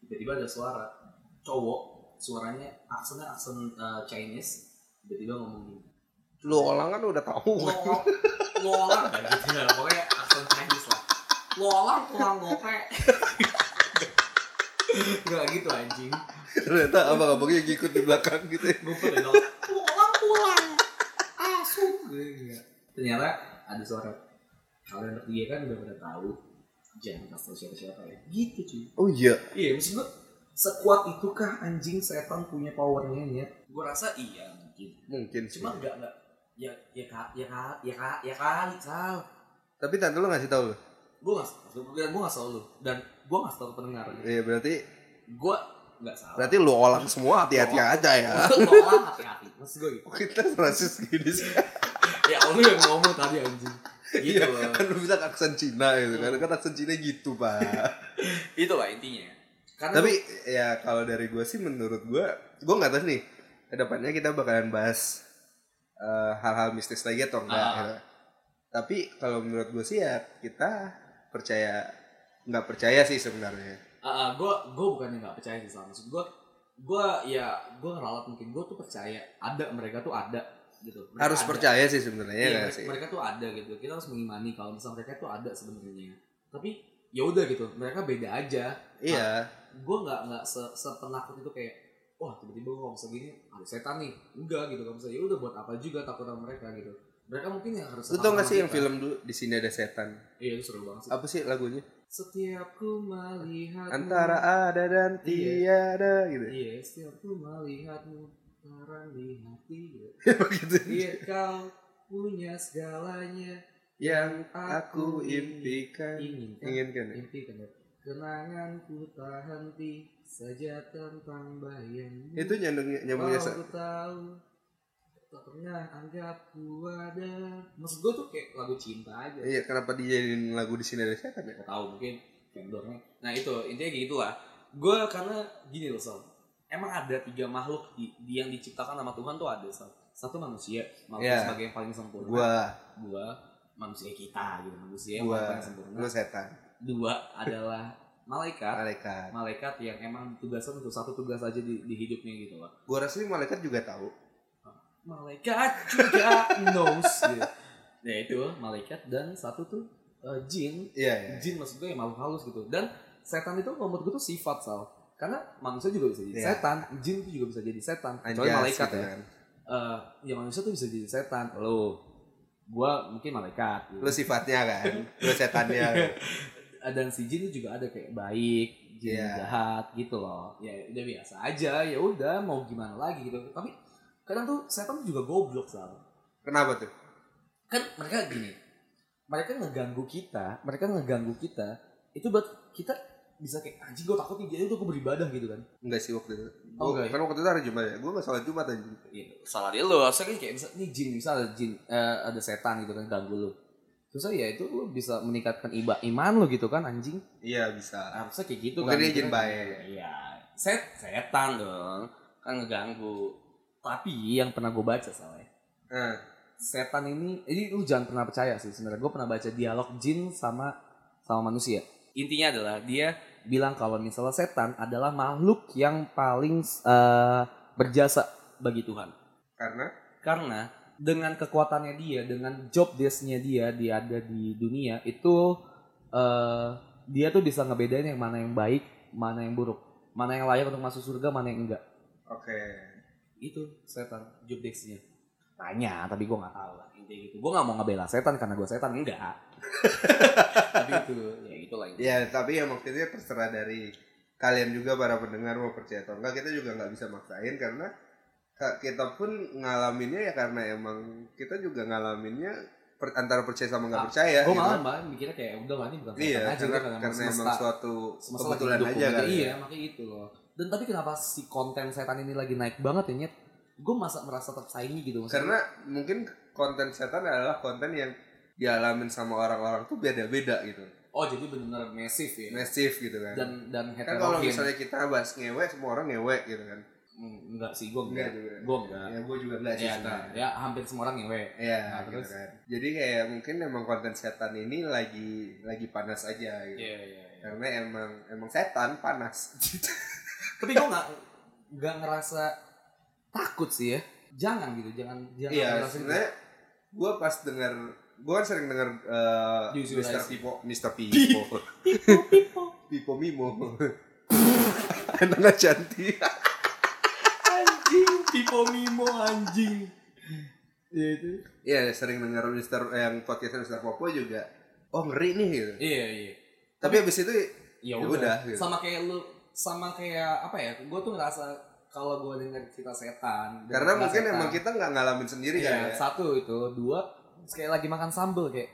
Speaker 3: tiba-tiba ada suara cowok suaranya aksennya aksen eh, Chinese tiba-tiba ngomong gini
Speaker 7: lu orang kan udah tahu.
Speaker 3: Lolong, lolong kan gitu ya pokoknya aksen Chinese lah lolong tulang gope nggak gitu anjing
Speaker 2: Ternyata abang-abangnya ngikut di belakang gitu ya.
Speaker 3: Lupa deh dong. Pulang pulang. Asu. Ternyata ada suara. Kalian bertiga kan udah pada tahu. Jangan kasih tau siapa-siapa ya. Gitu cuy.
Speaker 2: Oh iya.
Speaker 3: Iya maksud gue. Sekuat itukah anjing setan punya powernya ya? Gue rasa iya mungkin.
Speaker 2: Mungkin sih.
Speaker 3: Cuma enggak enggak. Ya ya ka, ya ka, ya ka, ya kali sal.
Speaker 2: Tapi tante lu ngasih tau lu?
Speaker 3: Gue nggak, gue gue nggak selalu dan gue nggak selalu pendengar.
Speaker 2: Iya berarti
Speaker 3: Gue nggak salah.
Speaker 2: berarti lu olang semua hati-hati aja ya.
Speaker 3: Tolong hati-hati. Maksud gue gitu.
Speaker 2: Kok Kita rasis gini sih.
Speaker 3: Ya lu yang ngomong tadi anjing. Gitu
Speaker 2: Iya,
Speaker 3: loh.
Speaker 2: kan lu bilang aksen Cina gitu kan. Kan aksen Cina gitu, Pak.
Speaker 8: itu lah intinya
Speaker 3: Karena
Speaker 2: Tapi ya kalau dari gue sih menurut gue, gue nggak tahu nih. Kedepannya kita bakalan bahas eh, hal-hal mistis lagi atau enggak.
Speaker 3: Ah.
Speaker 2: gitu. Tapi kalau menurut gue sih ya kita percaya nggak percaya sih sebenarnya.
Speaker 3: gue gue ah, bukannya nggak percaya sih sama maksud gue gue ya gue ngeralat mungkin gue tuh percaya ada mereka tuh ada gitu Mereka
Speaker 2: Harus
Speaker 3: ada.
Speaker 2: percaya sih sebenarnya
Speaker 3: Iya,
Speaker 2: ya nggak
Speaker 3: mereka,
Speaker 2: sih.
Speaker 3: mereka tuh ada gitu kita harus mengimani kalau misalnya mereka tuh ada sebenarnya tapi ya udah gitu mereka beda aja
Speaker 2: Iya.
Speaker 3: gue nggak nggak se sepenakut itu kayak wah tiba-tiba gue ngomong segini ada setan nih enggak gitu kalau misalnya ya udah buat apa juga takut sama mereka gitu mereka mungkin yang harus
Speaker 2: Lu tau gak
Speaker 3: takut sama
Speaker 2: sih yang
Speaker 3: kita.
Speaker 2: film dulu di sini ada setan?
Speaker 3: iya itu seru banget sih
Speaker 2: Apa sih lagunya?
Speaker 3: setiap ku melihat
Speaker 2: Antara ada dan tiada gitu.
Speaker 3: Iya, setiap ku melihatmu terang di hati. ya.
Speaker 2: Begitu.
Speaker 3: Iya, kau punya segalanya
Speaker 2: Yang aku impikan
Speaker 3: inginkan.
Speaker 2: inginkan. ya?
Speaker 3: Impikan ya. Kenanganku tak henti saja tentang bayangmu.
Speaker 2: Itu nyambung nyambungnya
Speaker 3: Walau
Speaker 2: sa-
Speaker 3: ku tahu tak pernah anggap ku ada. Maksud gue tuh kayak lagu cinta aja.
Speaker 2: Iya, kenapa dijadiin lagu di sini ada setan ya?
Speaker 3: nggak tahu mungkin vendornya nah itu intinya kayak gitulah gue karena gini loh Sal emang ada tiga makhluk di, di- yang diciptakan sama Tuhan tuh ada Sal satu manusia manusia
Speaker 2: Iya.
Speaker 3: sebagai yang paling sempurna
Speaker 2: Gua,
Speaker 3: Gua, manusia kita gitu manusia yang
Speaker 2: Gua.
Speaker 3: paling sempurna
Speaker 2: lu setan,
Speaker 3: dua adalah malaikat
Speaker 2: malaikat.
Speaker 3: malaikat yang emang ditugaskan untuk satu tugas aja di, di hidupnya gitu loh
Speaker 2: Gua rasa ini malaikat juga tahu.
Speaker 3: malaikat juga knows gitu. nah itu malaikat dan satu tuh eh, jin
Speaker 2: Iya, iya.
Speaker 3: jin maksud gue ya makhluk halus gitu dan setan itu menurut gue tuh sifat sal karena manusia juga bisa jadi
Speaker 2: Iya.
Speaker 3: setan jin itu juga bisa jadi setan kecuali
Speaker 2: Anjas
Speaker 3: malaikat
Speaker 2: gitu
Speaker 3: ya
Speaker 2: kan.
Speaker 3: Eh, ya manusia tuh bisa jadi setan lo gue mungkin malaikat gitu.
Speaker 2: Lu sifatnya kan, lu setannya. kan.
Speaker 3: Eh, dan si jin itu juga ada kayak baik jin
Speaker 2: Iya.
Speaker 3: jahat gitu loh ya udah biasa aja ya udah mau gimana lagi gitu tapi kadang tuh setan tuh juga goblok sal
Speaker 2: Kenapa tuh?
Speaker 3: kan mereka gini mereka ngeganggu kita mereka ngeganggu kita itu buat kita bisa kayak anjing gue takut nih jadi tuh gue beribadah gitu kan
Speaker 2: Enggak sih waktu itu. Gua,
Speaker 3: Oh, enggak ya?
Speaker 2: kan waktu itu hari Jumat ya. Gua enggak sholat Jumat anjing.
Speaker 3: gitu.
Speaker 8: salah dia lu harusnya
Speaker 3: Terus kayak bisa nih jin bisa ada jin eh, ada setan gitu kan ganggu lu terus ya itu lu bisa meningkatkan iba, iman lu gitu kan anjing
Speaker 2: Iya, bisa.
Speaker 3: harusnya kayak gitu
Speaker 2: Mungkin
Speaker 3: kan
Speaker 2: dia
Speaker 3: gitu
Speaker 2: jin
Speaker 3: kan.
Speaker 2: baik.
Speaker 3: iya set setan dong kan ngeganggu tapi yang pernah gue baca soalnya
Speaker 2: Nah,
Speaker 3: setan ini ini lu jangan pernah percaya sih sebenarnya gue pernah baca dialog jin sama sama manusia intinya adalah dia bilang kalau misalnya setan adalah makhluk yang paling eh, berjasa bagi Tuhan
Speaker 2: karena
Speaker 3: karena dengan kekuatannya dia dengan job desknya dia dia ada di dunia itu eh, dia tuh bisa ngebedain yang mana yang baik mana yang buruk mana yang layak untuk masuk surga mana yang enggak
Speaker 2: oke.
Speaker 3: itu Gitu, setan job desknya tanya tapi gue nggak tahu lah intinya gitu gue nggak mau ngebela setan karena gue setan enggak tapi itu ya gitulah itu
Speaker 2: Ya, tapi ya maksudnya terserah dari kalian juga para pendengar mau percaya atau enggak. Kita juga nggak bisa maksain karena ka- kita pun ngalaminnya ya karena emang kita juga ngalaminnya per- antara percaya sama nggak percaya
Speaker 3: Gue
Speaker 2: gitu.
Speaker 3: Ah, oh, malah mbak mikirnya kayak udah lah ini bukan
Speaker 2: iya
Speaker 3: setan
Speaker 2: karena,
Speaker 3: ini
Speaker 2: karena emang suatu
Speaker 3: semesta lagi
Speaker 2: kebetulan
Speaker 3: dukung
Speaker 2: aja kan
Speaker 3: Iya, makanya itu loh. Dan tapi kenapa si konten setan ini lagi naik banget ya, Nyet? Gue masa merasa tersaingi gitu. maksudnya.
Speaker 2: karena mungkin konten setan adalah konten yang dialamin sama orang-orang tuh beda-beda gitu
Speaker 3: oh jadi benar-benar masif ya.
Speaker 2: masif gitu kan
Speaker 3: Dan dan
Speaker 2: kan kalau
Speaker 3: heterogen.
Speaker 2: misalnya kita bahas ngewe semua orang ngewe gitu kan Iya,
Speaker 3: Hmm, enggak sih, gue
Speaker 2: enggak
Speaker 3: enggak.
Speaker 2: juga
Speaker 3: Gue enggak.
Speaker 2: ya gue juga enggak sih
Speaker 3: Ya,
Speaker 2: sebenarnya.
Speaker 3: ya, hampir semua orang ngewe.
Speaker 2: Iya,
Speaker 3: Nah,
Speaker 2: gitu
Speaker 3: terus?
Speaker 2: kan. Jadi kayak mungkin emang konten setan ini lagi lagi panas aja gitu.
Speaker 3: Iya, iya, iya.
Speaker 2: Karena emang emang setan panas. Gitu.
Speaker 3: Tapi gue enggak enggak ngerasa takut sih ya. Jangan gitu, jangan jangan
Speaker 2: Iya,
Speaker 3: ngerasa gitu.
Speaker 2: sebenarnya gue pas denger gue kan sering denger eh,
Speaker 3: Yuzu
Speaker 2: Mr.
Speaker 3: Rice.
Speaker 2: Pipo, Mr. Pipo. Pipo Mimo. Anak cantik.
Speaker 3: anjing, Pipo Mimo anjing. Iya itu.
Speaker 2: Iya, sering denger Mr. yang podcast Mr. Popo juga. Oh, ngeri nih gitu.
Speaker 3: Iya, iya.
Speaker 2: Tapi habis itu
Speaker 3: ya
Speaker 2: Ya
Speaker 3: udah,
Speaker 2: udah, gitu.
Speaker 3: sama kayak lu sama kayak apa ya gue tuh ngerasa kalau gue denger cerita setan
Speaker 2: karena
Speaker 3: cerita
Speaker 2: mungkin
Speaker 3: setan,
Speaker 2: emang kita nggak ngalamin sendiri
Speaker 3: kan. iya,
Speaker 2: kan ya.
Speaker 3: satu itu dua sekali lagi makan sambel kayak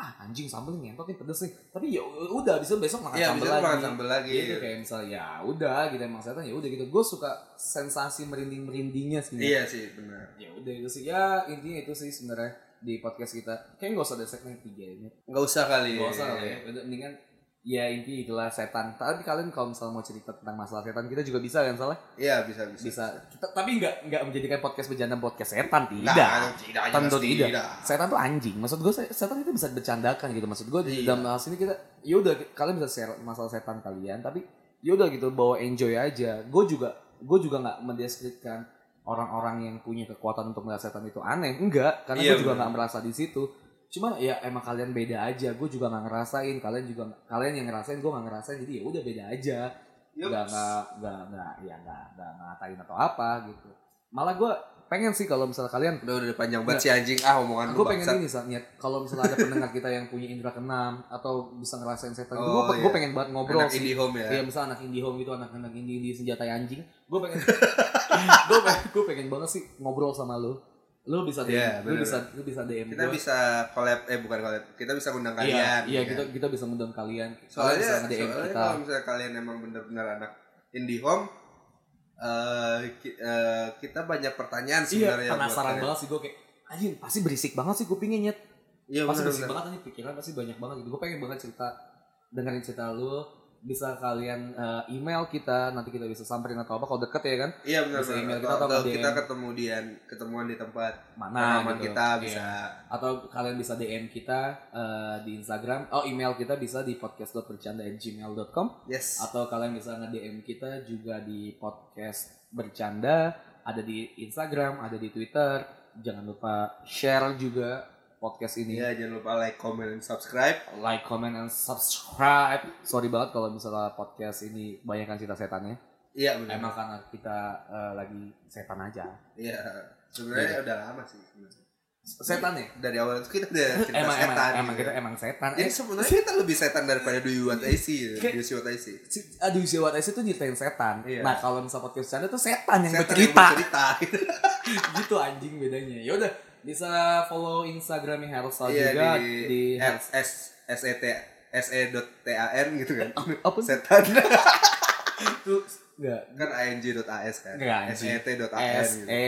Speaker 3: ah anjing sambel nih ngentot nih pedes nih tapi ya udah bisa besok makan
Speaker 2: Iya,
Speaker 3: sambel
Speaker 2: bisa
Speaker 3: lagi
Speaker 2: makan sambal lagi.
Speaker 3: gitu kayak misalnya ya udah gitu emang setan ya udah gitu gue suka sensasi merinding merindingnya sih
Speaker 2: Iya sih, benar.
Speaker 3: ya udah itu sih ya intinya itu sih sebenarnya di podcast kita kayak nggak usah ada segmen tiga ini
Speaker 2: Nggak usah kali ya.
Speaker 3: Gak usah lah ya. Udah, Mendingan ya inti itulah setan. Tapi kalian kalau misalnya mau cerita tentang masalah setan kita juga bisa kan salah?
Speaker 2: Iya, bisa bisa.
Speaker 3: Bisa. Kita- tapi nggak nggak menjadikan podcast bercanda podcast setan tidak.
Speaker 2: Nah, tidak jelas
Speaker 3: Tentu tidak. Setan tuh anjing. Maksud gue se- setan itu bisa bercandakan gitu. Maksud gue di
Speaker 2: Iya.
Speaker 3: dalam hal sini kita ya udah kalian bisa share masalah setan kalian tapi ya udah gitu bawa enjoy aja. Gue juga gue juga nggak mendeskripsikan orang-orang yang punya kekuatan untuk melihat setan itu aneh. Enggak, karena
Speaker 2: Iya,
Speaker 3: gue juga
Speaker 2: benar.
Speaker 3: nggak merasa di situ. Cuma ya emang kalian beda aja. Gue juga nggak ngerasain. Kalian juga kalian yang ngerasain, gue nggak ngerasain. Jadi ya udah beda aja
Speaker 2: Yups.
Speaker 3: nggak nggak nggak nggak ya nggak nggak ngatain atau apa gitu malah gue pengen sih kalau misalnya kalian
Speaker 2: Udah udah panjang banget si anjing. Ah, omongan
Speaker 3: gue
Speaker 2: lu
Speaker 3: pengen
Speaker 2: bangsat.
Speaker 3: ini saatnya kalau misalnya ada pendengar kita yang punya indera keenam atau bisa ngerasain setan
Speaker 2: Oh,
Speaker 3: gue
Speaker 2: iya.
Speaker 3: pengen banget ngobrol
Speaker 2: Anak
Speaker 3: sih
Speaker 2: indie home ya.
Speaker 3: Iya misalnya anak indie home gitu anak-anak indie indie senjata ya, anjing gue pengen gue pengen gue pengen banget sih ngobrol sama lo lo bisa DM,
Speaker 2: Iya,
Speaker 3: lo
Speaker 2: bener.
Speaker 3: bisa lo bisa DM
Speaker 2: Kita
Speaker 3: gua.
Speaker 2: bisa collab eh bukan collab. Kita bisa undang
Speaker 3: iya
Speaker 2: kalian.
Speaker 3: iya
Speaker 2: ya
Speaker 3: kita
Speaker 2: kan?
Speaker 3: kita bisa ngundang kalian Kalian
Speaker 2: Soalnya
Speaker 3: bisa nge-DM
Speaker 2: soalnya
Speaker 3: kita
Speaker 2: kalau misalnya kalian emang bener-bener anak indie home eh, ki- eh, kita banyak pertanyaan
Speaker 3: iya
Speaker 2: sebenarnya buat
Speaker 3: penasaran
Speaker 2: kalian.
Speaker 3: banget sih gue kayak anjing pasti berisik banget sih kupingnya nyet
Speaker 2: Iya,
Speaker 3: pasti
Speaker 2: bener,
Speaker 3: berisik
Speaker 2: bener.
Speaker 3: banget anjing pikiran pasti banyak banget gitu gue pengen banget cerita dengerin cerita lu bisa kalian eh, email kita nanti kita bisa samperin atau apa kalau deket ya kan
Speaker 2: Iya benar
Speaker 3: Bisa email kita
Speaker 2: kita
Speaker 3: atau
Speaker 2: atau
Speaker 3: nge-DM.
Speaker 2: kita ketemu dia ketemuan di tempat
Speaker 3: mana
Speaker 2: pengalaman
Speaker 3: gitu.
Speaker 2: kita
Speaker 3: Iya.
Speaker 2: bisa
Speaker 3: atau kalian bisa DM kita eh, di Instagram oh email kita bisa di podcast.bercanda@gmail.com
Speaker 2: yes.
Speaker 3: atau kalian bisa nge-DM kita juga di podcast bercanda ada di Instagram ada di Twitter jangan lupa share juga podcast ini
Speaker 2: Iya, jangan lupa like, comment, and subscribe.
Speaker 3: like comment and subscribe sorry banget kalau misalnya podcast ini banyakkan cerita setannya
Speaker 2: Iya, benar.
Speaker 3: emang karena kita eh, lagi setan aja
Speaker 2: Iya, sebenarnya udah lama sih. sebenarnya.
Speaker 3: setan ya
Speaker 2: Dari awal kita udah cerita
Speaker 3: emang
Speaker 2: setan.
Speaker 3: emang emang
Speaker 2: gitu.
Speaker 3: kita emang setan
Speaker 2: Jadi
Speaker 3: Eh,
Speaker 2: sebenarnya kita lebih setan daripada Do You Want IC. gitu.
Speaker 3: Kayak-
Speaker 2: Do You Want IC.
Speaker 3: si- aduh si Wat Aisy tuh nyeritain setan.
Speaker 2: Iya.
Speaker 3: Nah kalau misalnya podcast bercanda tuh setan yang
Speaker 2: Setan
Speaker 3: bercerita.
Speaker 2: yang bercerita. gitu.
Speaker 3: gitu anjing bedanya. Ya udah bisa follow Instagramnya Hersal
Speaker 2: Iya,
Speaker 3: Oh, juga
Speaker 2: di,
Speaker 3: di,
Speaker 2: R- S S E T S E dot T A N gitu kan.
Speaker 3: apa sih
Speaker 2: Setan
Speaker 3: itu? Enggak.
Speaker 2: kan I N G dot A S kan.
Speaker 3: Nggak,
Speaker 2: S E T dot A N
Speaker 3: S
Speaker 2: gitu.
Speaker 3: E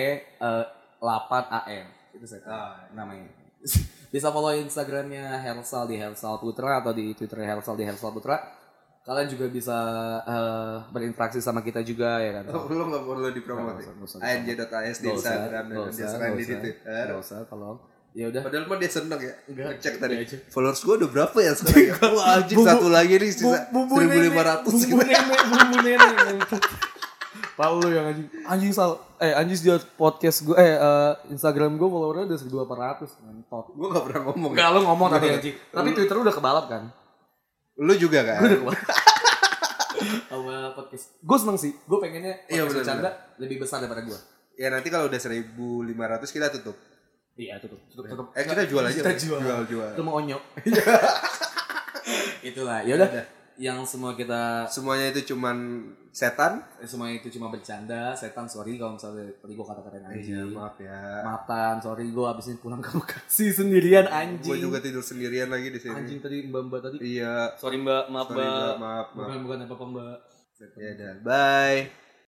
Speaker 3: 8 A N itu setan
Speaker 2: Ah, iya.
Speaker 3: namanya. bisa follow Instagramnya Hersal di Hersal Putra atau di Twitter Hersal di Hersal Putra. Kalian juga bisa eh, berinteraksi sama kita juga ya kan.
Speaker 2: Oh, Lu nggak perlu dipromosi.
Speaker 3: Nggak usah, nggak usah.
Speaker 2: A N G dot A S di
Speaker 3: Nggak usah,
Speaker 2: Instagram
Speaker 3: nggak
Speaker 2: dan
Speaker 3: usah,
Speaker 2: di Instagram
Speaker 3: nggak
Speaker 2: di
Speaker 3: usah.
Speaker 2: Twitter.
Speaker 3: Nggak usah kalau ya udah
Speaker 2: Padahal mah dia seneng ya.
Speaker 3: Enggak.
Speaker 2: Cek tadi.
Speaker 3: Iya aja.
Speaker 2: Followers gue udah berapa ya sekarang? ya? Wah anjing
Speaker 3: Bubu-
Speaker 2: satu lagi nih
Speaker 3: Bu-
Speaker 2: sisa
Speaker 3: bumbu
Speaker 2: 1500
Speaker 3: nenek, bumbu
Speaker 2: gitu.
Speaker 3: nenek, bumbu nenek. Tahu lu yang anjing. Anjing sal eh anjing dia podcast gue eh eh, Instagram gue followernya udah 1800 mentot.
Speaker 2: Gue gak pernah ngomong ya.
Speaker 3: Enggak lu ngomong tadi anjing. Tapi Twitter udah kebalap kan?
Speaker 2: Lu juga kan?
Speaker 3: Sama podcast. Gue seneng sih. Gue pengennya
Speaker 2: Iya,
Speaker 3: podcast
Speaker 2: bener,
Speaker 3: bercanda lebih besar daripada gue.
Speaker 2: Ya nanti kalau udah 1500 kita tutup.
Speaker 3: Iya, tutup tutup tutup.
Speaker 2: Eh kita jual aja.
Speaker 3: Kita
Speaker 2: Bang.
Speaker 3: jual.
Speaker 2: Jual jual.
Speaker 3: Itu mau onyok. Itulah. Ya udah. yang semua kita eh,
Speaker 2: Semuanya itu cuman setan.
Speaker 3: semua itu cuma bercanda, setan sorry kalau misalnya tadi gue kata-katain anjing.
Speaker 2: maaf ya.
Speaker 3: Matan, sorry gue abis ini pulang ke Bekasi sendirian anjing.
Speaker 2: Gue Iya, juga tidur sendirian lagi di sini.
Speaker 3: anjing tadi mbak-mbak tadi.
Speaker 2: Iya.
Speaker 9: Sorry mbak, maaf
Speaker 2: Sorry,
Speaker 9: mbak.
Speaker 2: Mbak. Maaf, maaf.
Speaker 3: Bukan bukan apa-apa mbak.
Speaker 2: Ya dan bye.